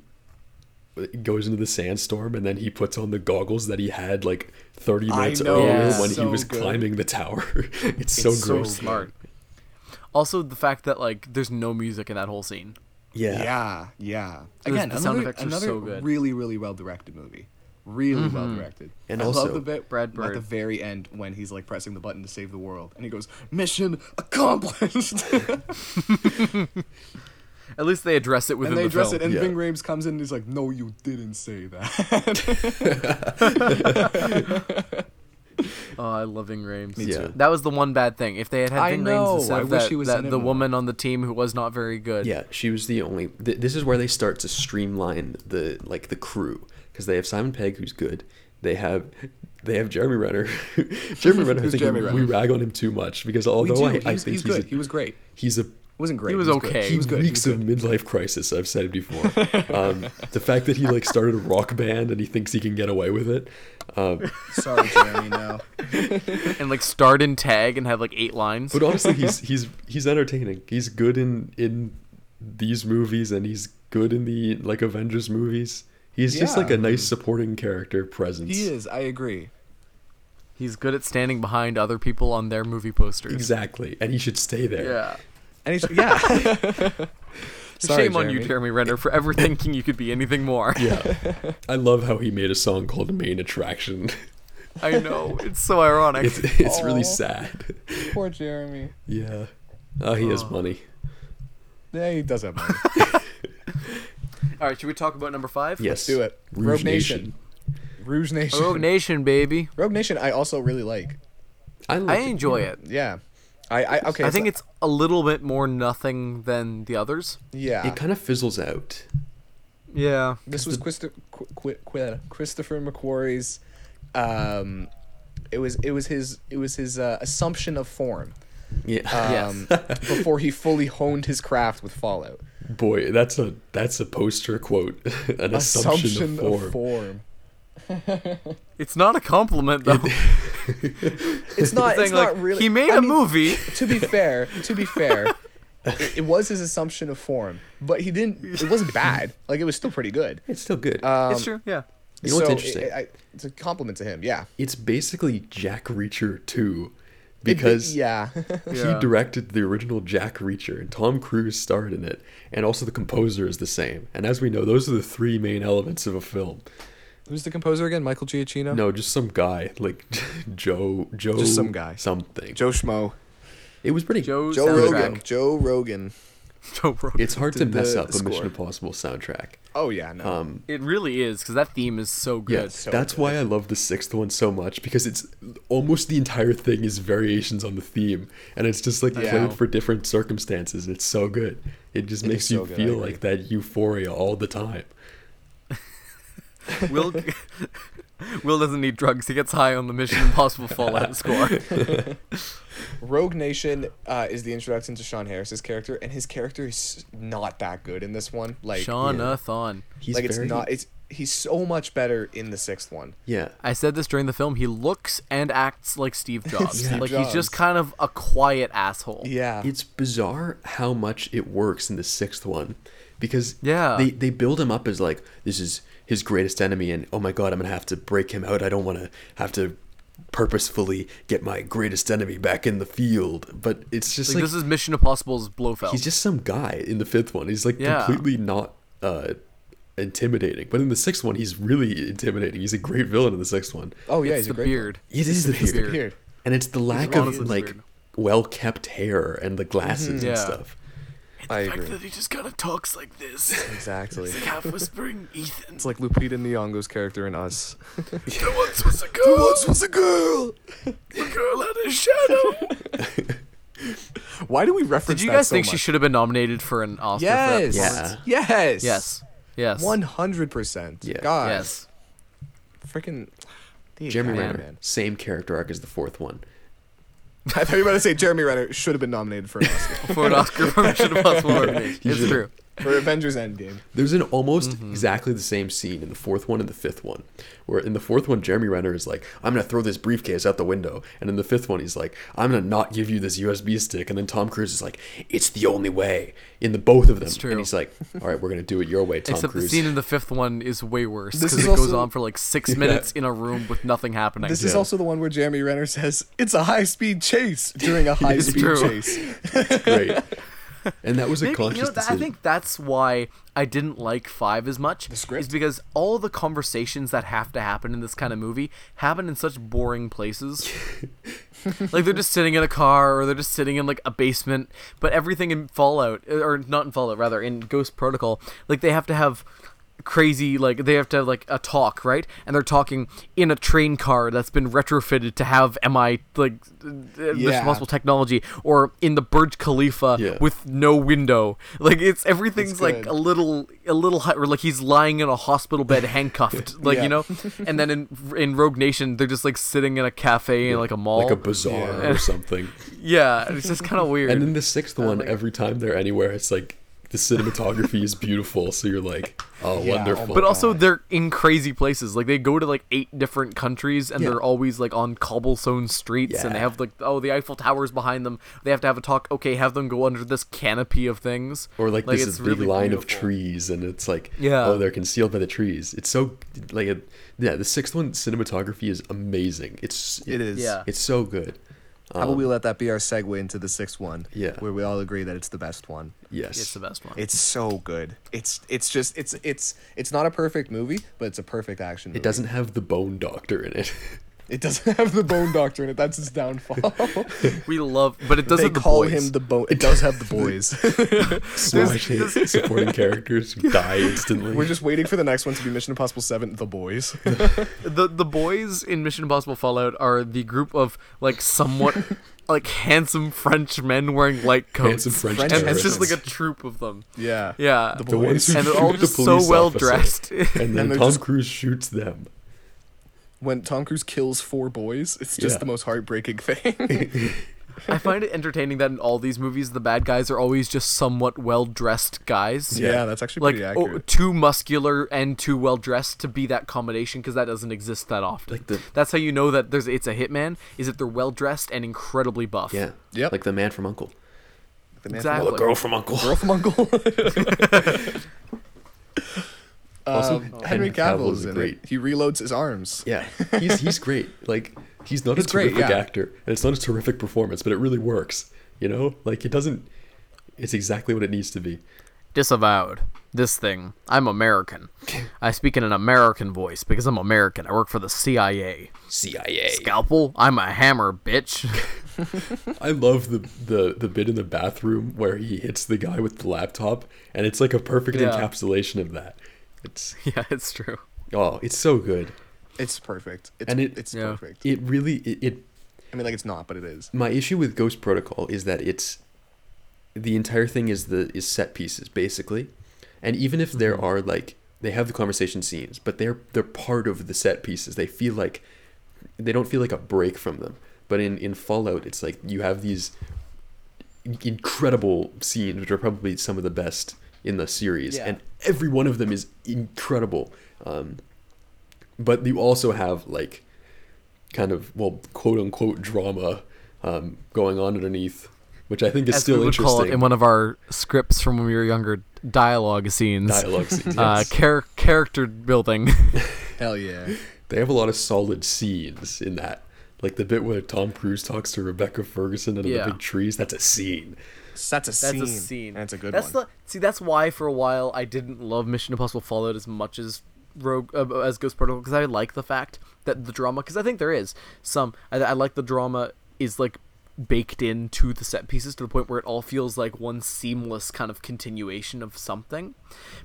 C: goes into the sandstorm and then he puts on the goggles that he had like 30
B: I
C: minutes
B: know,
C: earlier
A: it's
C: when he
B: so
C: was
B: good.
C: climbing the tower.
B: It's
C: it's so
B: so
A: so
C: gross.
B: good.
A: smart. Also, the fact that like there's no music in that whole scene.
C: Yeah.
B: yeah yeah
A: The-
B: again
A: the sound
B: another,
A: effects are
B: another
A: so good.
B: really really well directed movie Really well directed.
C: And
B: I
C: also-
B: love the bit
A: Brad
B: at the
A: Bird.
B: very end when he's like pressing the button to save the world, and he goes, "Mission accomplished."
A: At least they address it within
B: and they
A: the
B: address
A: film.
B: it, and
C: yeah.
B: Ving Rhames comes in and he's like, "No, you didn't say that."
A: Oh, I love Ving Rhames.
C: Yeah. too.
A: That was the one bad thing. If they had had
B: I
A: Ving Rhames
B: know.
A: instead
B: I
A: of
B: wish
A: that,
B: he was
A: that
B: in it
A: the
B: more.
A: woman on the team who was not very good.
C: Yeah, she was the only. Th- this is where they start to streamline the like the crew because they have Simon Pegg who's good. They have they have Jeremy Renner. Jeremy Renner, I
B: Who's
C: think
B: Jeremy
C: we,
B: Renner?
C: we rag on him too much because although
B: do.
C: Oh, I, I
B: He's-
C: think
B: he's
C: he's,
B: good.
C: A,
B: He was great.
C: He's a
B: wasn't great.
A: He was
B: but
A: okay.
B: He was good. He
C: weeks
B: was
C: of midlife crisis. I've said it before. um, the fact that he like started a rock band and he thinks he can get away with it. Um,
B: good. Sorry, Jeremy. No.
A: And like starred in tag and had like eight lines.
C: but honestly, he's he's he's entertaining. He's good in in these movies, and he's good in the like Avengers movies. He's just like
B: Yeah.
C: a nice supporting character presence.
B: He is. I agree.
A: He's good at standing behind other people on their movie posters.
C: Exactly, and he should stay there.
A: Yeah.
B: And he's yeah. Sorry,
A: Shame on you, Jeremy Renner, for ever thinking you could be anything more.
C: Yeah. I love how he made a song called "Main Attraction."
A: I know. It's so ironic.
C: It's it's
B: Aw.
C: really sad.
B: Poor Jeremy.
C: Yeah. Oh, he has
A: Aw.
C: money.
B: Yeah, he does have money.
A: All right, should we talk about number five?
C: Yes.
B: do it.
C: Rouge
B: Rogue
C: Nation.
B: Nation. Rouge Nation.
A: Rogue Nation, baby.
B: Rogue Nation. I also really like.
C: I, like
A: I enjoy it.
B: Yeah. I, I okay.
A: I think it's a little bit more nothing than the others.
B: yeah.
C: It kind of fizzles out.
A: Yeah.
B: this was Christo- Qu- Qu- Qu- Christopher McQuarrie's. Um, it was it was his it was his uh, assumption of form.
C: Yeah.
B: Um, before he fully honed his craft with Fallout.
C: Boy, that's a that's a poster quote. An assumption, of form.
B: form.
A: It's not a compliment though.
B: It's not.
A: Saying,
B: it's not
A: like,
B: really.
A: He made
B: a
A: a movie.
B: to be fair, to be fair, it, it was his assumption of form, but he didn't. It wasn't bad. Like it was still pretty good.
C: It's still good.
B: Um,
A: it's true. Yeah.
C: you know what's
B: so
C: interesting?
B: it- I- it's a compliment to him. Yeah.
C: it's basically Jack Reacher 2
B: It-
C: because
B: yeah,
A: Yeah.
C: he directed the original Jack Reacher and Tom Cruise starred in it and also the composer is the same. And as we know, those are the three main elements of a film.
B: who's the composer again? Michael Giacchino.
C: No, just some guy like Joe Joe
B: Just some guy.
C: something.
B: Joe Schmo.
C: It was pretty
A: Joe
B: Joe
A: soundtrack.
B: Rogan. Joe Rogan.
A: Joe Rogan.
C: It's hard to
B: did
C: mess
B: the
C: up a Mission
B: score.
C: Impossible soundtrack.
B: Oh yeah, no.
C: Um
A: It really is because that theme is so good.
C: yeah,
B: so
C: that's why I love the sixth one so much because it's almost the entire thing is variations on the theme, and it's just like
B: Yeah.
C: played for different circumstances. It's so good. It just makes
B: is
C: you
B: so good, I
C: feel
B: agree.
C: like that euphoria all the time.
A: Will Will doesn't need drugs. He gets high on the Mission Impossible Fallout score.
B: Rogue Nation uh, is the introduction to Sean Harris's character, and his character is not that good in this one. Like
A: Seanathon.
C: He's
B: like it's
C: very-
B: not. It's he's so much better in the sixth one.
C: Yeah,
A: I said this during the film. He looks and acts like Steve Jobs.
B: Steve
A: like he's
B: Jobs.
A: just kind of a quiet asshole.
B: Yeah,
C: it's bizarre how much it works in the sixth one, because
A: Yeah.
C: they they build him up as like this is his greatest enemy, and oh my god, I'm gonna have to break him out. I don't want to have to purposefully get my greatest enemy back in the field, but it's just
A: Like,
C: like,
A: this is Mission Impossible's Blofeld.
C: he's just some guy in the fifth one. He's like
A: Yeah.
C: completely not uh, intimidating. But in the sixth one, he's really intimidating. He's a great villain in the sixth one.
B: Oh yeah,
A: it's
B: he's
A: the
B: a great.
A: beard.
C: It is the beard.
A: beard.
B: Beard.
C: and it's the lack
A: honestly
C: of
A: the
C: like
A: beard.
C: well kept hair and the glasses and
A: Mm-hmm. Yeah.
C: stuff.
B: I
A: The fact
B: agree.
A: that he just kind of talks like this,
B: Exactly.
A: like half whispering, Ethan.
B: It's like Lupita Nyong'o's character in Us.
A: There once was a girl,
B: was a girl.
A: a girl had a shadow.
B: Why do we reference?
A: Did you
B: that
A: guys
B: so
A: think she
B: much?
A: should have been nominated for an Oscar?
B: Yes.
A: For that performance?
C: performance?
B: Yes.
A: Yes. Yes.
B: One hundred percent.
C: Yeah.
B: God.
A: Yes.
B: Freaking.
C: Jeremy
B: God,
C: Renner,
B: man.
C: same character arc as the fourth one.
B: I thought you were about to say Jeremy Renner should have been nominated for an Oscar
A: For an Oscar for Mission Impossible. It's
C: should've.
A: true.
B: for Avengers Endgame.
C: There's an almost
A: Mm-hmm.
C: exactly the same scene in the fourth one and the fifth one, where in the fourth one Jeremy Renner is like, "I'm gonna throw this briefcase out the window," and in the fifth one he's like, "I'm gonna not give you this USB stick," and then Tom Cruise is like, "It's the only way." In the both of them,
A: true.
C: and he's like, "All right, we're gonna do it your way, Tom
A: Except
C: Cruise."
A: the scene in the fifth one is way worse
B: This
A: because
B: is
A: it goes
B: also-
A: on for like six minutes in a room with nothing happening.
B: This is also the one where Jeremy Renner says it's a high speed chase during a high speed
A: true.
B: chase.
C: Great. And that was a
A: Maybe, you
C: conscious
A: know, that, I
C: decision.
A: think that's why I didn't like Five as much. The
B: script?
A: is because all the conversations that have to happen in this kind of movie happen in such boring places. like they're just sitting in a car, or they're just sitting in like a basement. But everything in Fallout, or not in Fallout, rather in Ghost Protocol, like they have to have crazy like they have to have like a talk right and they're talking in a train car that's been retrofitted to have mi like yeah.
B: Yeah.
A: responsible technology or in the burj khalifa
C: Yeah.
A: with no window. Like it's everything's
B: That's
A: like
B: good.
A: a little, a little, hi- or like he's lying in a hospital bed handcuffed, like you
B: Yeah.
A: know. And then in in Rogue Nation, they're just like sitting in a cafe in like a mall.
C: like a bazaar
B: Yeah.
C: or something.
A: yeah, it's just kind of weird.
C: And in the sixth one,
A: like-
C: every time they're anywhere, it's like the cinematography is beautiful. So you're like, oh,
B: Yeah,
C: wonderful.
A: but also they're in crazy places. Like they go to like eight different countries, and
C: Yeah.
A: they're always like on cobblestone streets, and they
C: Yeah.
A: have like oh the Eiffel Towers behind them. They have to have a talk. Okay, have them go under this canopy of things,
C: or like, this
A: it's
C: is big line of
A: beautiful.
C: trees, and it's like,
A: Yeah.
C: oh, they're concealed by the trees. It's so like, it, yeah. The sixth one cinematography is amazing. It's
B: It is.
A: Yeah.
C: It's so good.
B: How about we let that be our segue into the sixth one?
C: Yeah.
B: Where we all agree that it's the best one.
C: Yes.
A: It's the best one.
B: It's so good. It's it's just it's it's it's not a perfect movie, but it's a perfect action. Movie.
C: It doesn't have the bone doctor in it.
B: It doesn't have the bone doctor in it. That's its downfall.
A: we love, but it doesn't. the
B: they call
A: boys.
B: him the bone. It does have the boys.
C: so much hate supporting characters who die instantly.
B: We're just waiting for the next one to be Mission Impossible Seven: The Boys.
A: the the boys in Mission Impossible Fallout are the group of like somewhat like handsome French men wearing light coats.
C: Handsome French
A: and it's just like
B: terrorists.
A: a troop of them.
B: yeah.
A: Yeah.
B: The
C: the ones who
A: and they're
C: shoot
A: all
C: the
A: just so
C: police
A: well
C: officer,
A: dressed.
C: and then
B: And they're
C: Tom
B: just-
C: Cruise shoots them.
B: When Tom Cruise kills four boys, it's just
C: Yeah.
B: the most heartbreaking thing.
A: I find it entertaining that in all these movies the bad guys are always just somewhat well dressed guys.
B: yeah. that's actually
A: Like
B: pretty accurate.
A: oh, too muscular and too well dressed to be that combination because that doesn't exist that often.
C: Like the-
A: That's how you know that there's it's a hitman is if they're well dressed and incredibly buff.
C: Yeah.
B: Yep.
C: Like the man from Uncle.
B: The man
A: exactly.
B: from-
C: Well, the girl from Uncle.
B: Girl from Uncle.
C: Also,
B: Um, Henry Cavill's in
C: great.
B: it. He reloads his arms.
C: Yeah, he's he's great. Like he's not
B: He's
C: a
B: great,
C: terrific
B: yeah.
C: actor, and it's not a terrific performance, but it really works. You know, like it doesn't. It's exactly what it needs to be.
A: disavowed this thing. I'm American. I speak in an American voice because I'm American. I work for the CIA.
C: CIA.
A: Scalpel, I'm a hammer, bitch.
C: I love the, the the bit in the bathroom where he hits the guy with the laptop, and it's like a perfect
A: Yeah.
C: encapsulation of that. It's
A: yeah, it's true.
C: oh, it's so good.
B: It's perfect. It's,
C: And it-
B: it's
A: Yeah.
B: perfect.
C: It really it, it
B: I mean, like it's not, but it is.
C: my issue with Ghost Protocol is that it's the entire thing is the is set pieces basically, and even if there are like they have the conversation scenes, but they're they're part of the set pieces. They feel like they don't feel like a break from them. But in in Fallout, it's like you have these incredible scenes, which are probably some of the best in the series,
A: Yeah.
C: and every one of them is incredible. Um, but you also have like kind of well quote unquote drama um, going on underneath, which I think is
A: As
C: still
A: we would
C: interesting.
A: call it in one of our scripts from when we were younger, dialogue scenes.
C: dialogue scenes.
A: Uh,
C: yes.
A: char- character building.
B: Hell yeah.
C: they have a lot of solid scenes in that. Like the bit where Tom Cruise talks to Rebecca Ferguson under
A: Yeah.
C: the big trees, that's a scene.
B: That's a scene.
A: That's a scene.
B: And it's a good
A: that's
B: one.
A: The, see, that's why for a while I didn't love Mission Impossible Fallout as much as Rogue uh, as Ghost Protocol because I like the fact that the drama because I think there is some I, I like the drama is like baked into the set pieces to the point where it all feels like one seamless kind of continuation of something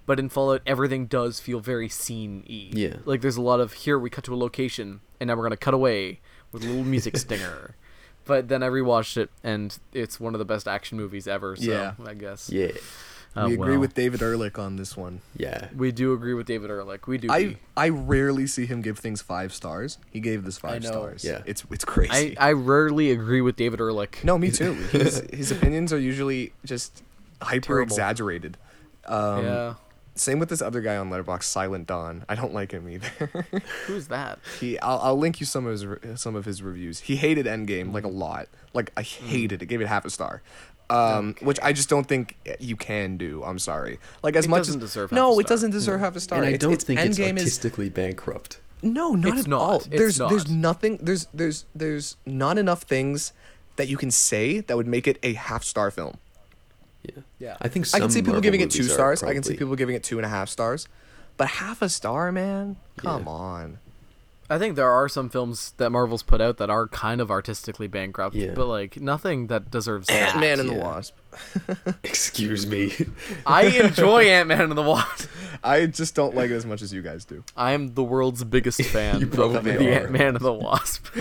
A: but in fallout everything does feel very scene-y
C: Yeah.
A: like there's a lot of here we cut to a location and now we're gonna cut away with a little music stinger but then i rewatched it and it's one of the best action movies ever so
B: Yeah.
A: I guess.
C: Yeah.
A: Oh,
B: we agree
A: well.
B: with David Ehrlich on this one.
C: Yeah.
A: We do agree with David Ehrlich. We do.
B: I I rarely see him give things five stars. He gave this five
A: know.
B: stars.
C: Yeah.
B: It's it's crazy.
A: I, I rarely agree with David Ehrlich.
B: no, me too. His, his opinions are usually just hyper
A: Terrible.
B: exaggerated. Um,
A: yeah.
B: Same with this other guy on Letterbox, Silent Don. I don't like him either.
A: Who's that?
B: He, I'll, I'll link you some of his re- some of his reviews. He hated Endgame
A: Mm-hmm.
B: like a lot. Like I hated it. Gave it half a star. Um, which I just don't think you can do. I'm sorry. Like as
A: It
B: much
A: doesn't
B: as
A: deserve half
B: no,
A: a
B: it
A: star.
B: doesn't deserve half a star.
C: And I
B: It's-
C: don't
B: it's,
C: think it's
B: Endgame is
C: artistically bankrupt.
B: no, not
A: It's
B: at
A: not.
B: all.
A: It's
B: there's
A: not.
B: there's nothing. There's there's there's not enough things that you can say that would make it a half star film.
C: Yeah.
A: Yeah.
C: I think
B: I can
C: some
B: see people
C: Marvel
B: giving it two
C: movies are
B: stars. I can see
C: probably-
B: people giving it two and a half stars, but half a star, man. Come
C: Yeah.
B: on.
A: I think there are some films that Marvel's put out that are kind of artistically bankrupt,
C: Yeah.
A: but like nothing that deserves
B: Ant
A: that.
B: Man and the
C: yeah.
B: Wasp.
C: Excuse me.
A: I enjoy Ant Man and the Wasp.
B: I just don't like it as much as you guys do.
A: I'm the world's biggest fan
C: You
A: of
C: probably
A: the
C: are.
A: Ant Man and the Wasp.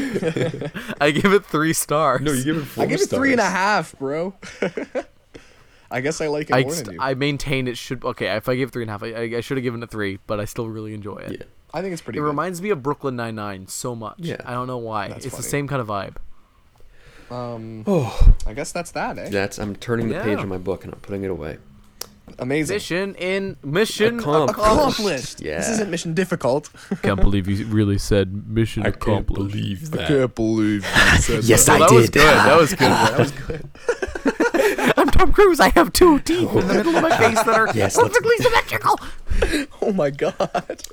A: I give it three stars.
C: no, you give it four
B: I give it
C: stars.
B: three and a half, bro. I guess I like it
A: I,
B: more than
A: st-
B: you. I,
A: I maintain it should okay. If I give it three and a half, I, I, I should have given it three, but I still really enjoy it.
C: Yeah.
B: think it's pretty.
A: It
B: good.
A: reminds me of Brooklyn Nine Nine so much.
C: Yeah.
A: I don't know why.
B: That's
A: it's the
B: funny.
A: same kind of vibe.
B: um,
C: Oh,
B: I guess that's that, eh?
C: that's. I'm turning the page
A: Yeah.
C: on my book and I'm putting it away.
B: Amazing.
A: Mission in mission
C: Accomplished.
B: Accomplished. This
C: Yeah.
B: isn't mission difficult.
A: can't believe you really said mission
C: believe
B: believe you said
C: Yes,
A: Well,
C: I
A: that
C: did.
A: was good. That was good. That was good. I'm Tom Cruise. I have two teeth in the middle of my face that are
C: Yes, let's-
A: perfectly symmetrical.
B: Oh my god.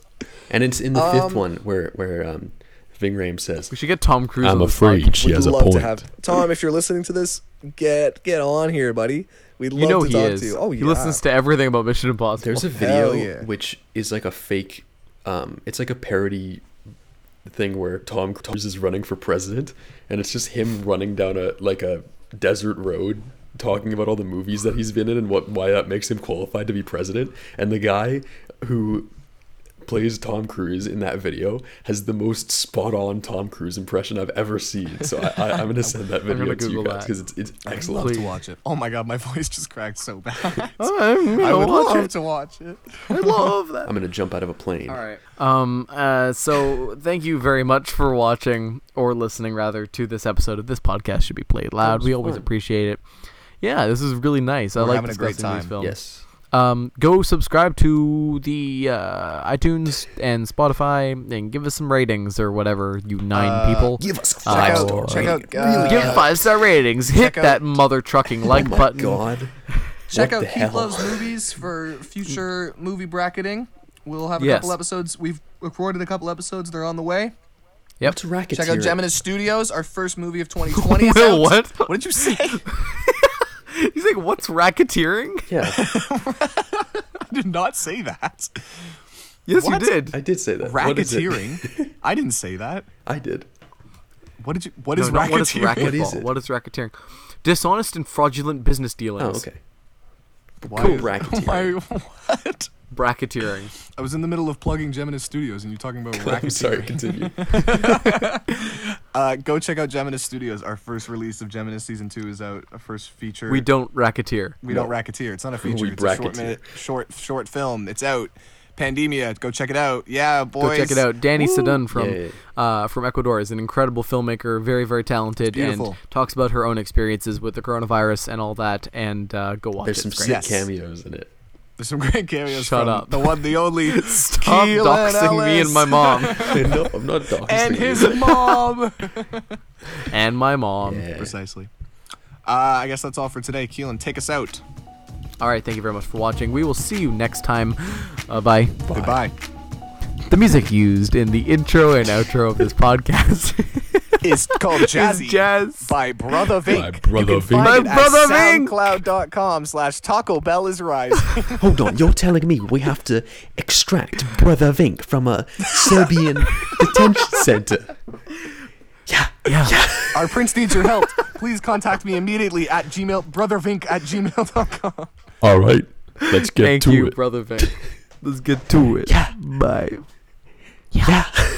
C: And it's in the fifth one where where um, Ving Rhames says,
A: We should get Tom Cruise.
D: I'm
A: on this
D: afraid
A: podcast.
D: she has a
B: love
D: point.
B: to have Tom. If you're listening to this, get get on here, buddy. We'd love
A: You know
B: to
A: he
B: talk
A: is.
B: to you. Oh, yeah.
A: He listens to everything about Mission Impossible.
C: "There's a
B: Hell
C: video
B: yeah.
C: which is like a fake. Um, it's like a parody thing where Tom Cruise is running for president, and it's just him running down a like a desert road." Talking about all the movies that he's been in and what why that makes him qualified to be president, and the guy who plays Tom Cruise in that video has the most spot on Tom Cruise impression I've ever seen. So I, I, I'm going to send that video
A: gonna
C: to you
A: Google
C: guys
A: that.
C: because it's, it's excellent.
A: Please.
B: watch it. Oh my god, my voice just cracked so bad.
A: I'm
B: I
A: gonna
B: would
A: watch
B: love
A: it.
B: to watch it.
A: I love that.
C: I'm going to jump out of a plane.
A: Um. Uh. So thank you very much for watching or listening, rather, to this episode of this podcast. Should be played loud.
C: was
A: We always
C: fun.
A: appreciate it. Yeah, this is really nice. I
B: We're
A: like
B: having a great
A: discussing these
B: time.
A: films.
C: Yes.
A: Um. Go subscribe to the uh, iTunes and Spotify and give us some ratings or whatever. You nine
B: Uh,
A: people.
C: Give us
A: Uh,
B: Check
A: five
B: out,
A: star
B: check out, uh,
A: Give five star ratings. Hit
B: check out-
A: that mother trucking like
C: oh my
A: button.
C: God.
B: check
C: What
B: out
C: the
B: Keith
C: hell?
B: Loves Movies for future movie bracketing. We'll have a
A: Yes.
B: couple episodes. We've recorded a couple episodes. They're on the way.
A: Yep.
C: It's racketeering.
B: Check out Gemini Studios, our first movie of 2020. is
A: Will,
B: out.
A: what?
B: What did you say? I
A: He's like, what's racketeering?
C: Yeah,
B: did not say that.
A: Yes,
B: What?
A: you did.
C: I did say that. What is it?
B: Racketeering. I didn't say that.
C: I did.
B: What did you? What
A: No,
B: is
A: not what is
B: racketeering?
C: What is
A: racquetball?
C: it?
A: What is racketeering? Dishonest and fraudulent business dealings.
C: Oh, okay.
B: Why,
C: Cool. Racketeering.
B: Why, what?
A: Bracketeering.
B: I was in the middle of plugging Gemini Studios, and you're talking about
C: I'm
B: racketeering.
C: sorry. Continue.
B: Uh, go check out Gemini Studios. Our first release of Gemini season two is out. Our first feature.
A: We don't racketeer.
B: We don't racketeer. It's not a feature.
C: We
B: it's a short,
C: bracketeer.
B: minute, short short film. It's out. Pandemia. Go check it out. Yeah,
A: Go
B: boys.
A: check it out. Danny Sedun from
C: Yeah, yeah,
A: Uh, from Ecuador is an incredible filmmaker, very very talented, and
B: beautiful.
A: talks about her own experiences with the coronavirus and all that. And uh, go watch
C: There's
A: it.
C: some
A: It's
C: sick
A: great.
B: Yes.
C: cameos in it.
B: There's some great cameos.
A: Shut
B: from
A: up.
B: The one, the only.
A: Stop
B: Keelan
A: doxing me and my mom
B: Ellis.
C: no, I'm not doxing
B: And
C: you.
B: his mom.
A: and my mom.
C: Yeah.
B: Precisely. Uh, I guess that's all for today. Keelan, take us out.
A: All right, thank you very much for watching. We will see you next time. Uh, bye.
B: Goodbye.
A: The music used in the intro and outro of this podcast.
B: It's called Jazzy
A: jazz.
B: by Brother Vink.
D: Brother
B: you can find
A: Vink.
B: it
A: By
B: at
A: Brother Vink.
B: SoundCloud.com slash Taco Bell is rising.
E: Hold on, you're telling me we have to extract Brother Vink from a Serbian detention center? Yeah.
A: yeah.
B: Our prince needs your help. Please contact me immediately at gmail brothervink at gmail.com.
D: All right, let's get
A: Thank
D: to
A: you,
D: it.
A: brother Vink. Let's get to it.
E: Yeah.
A: Bye.
E: Yeah.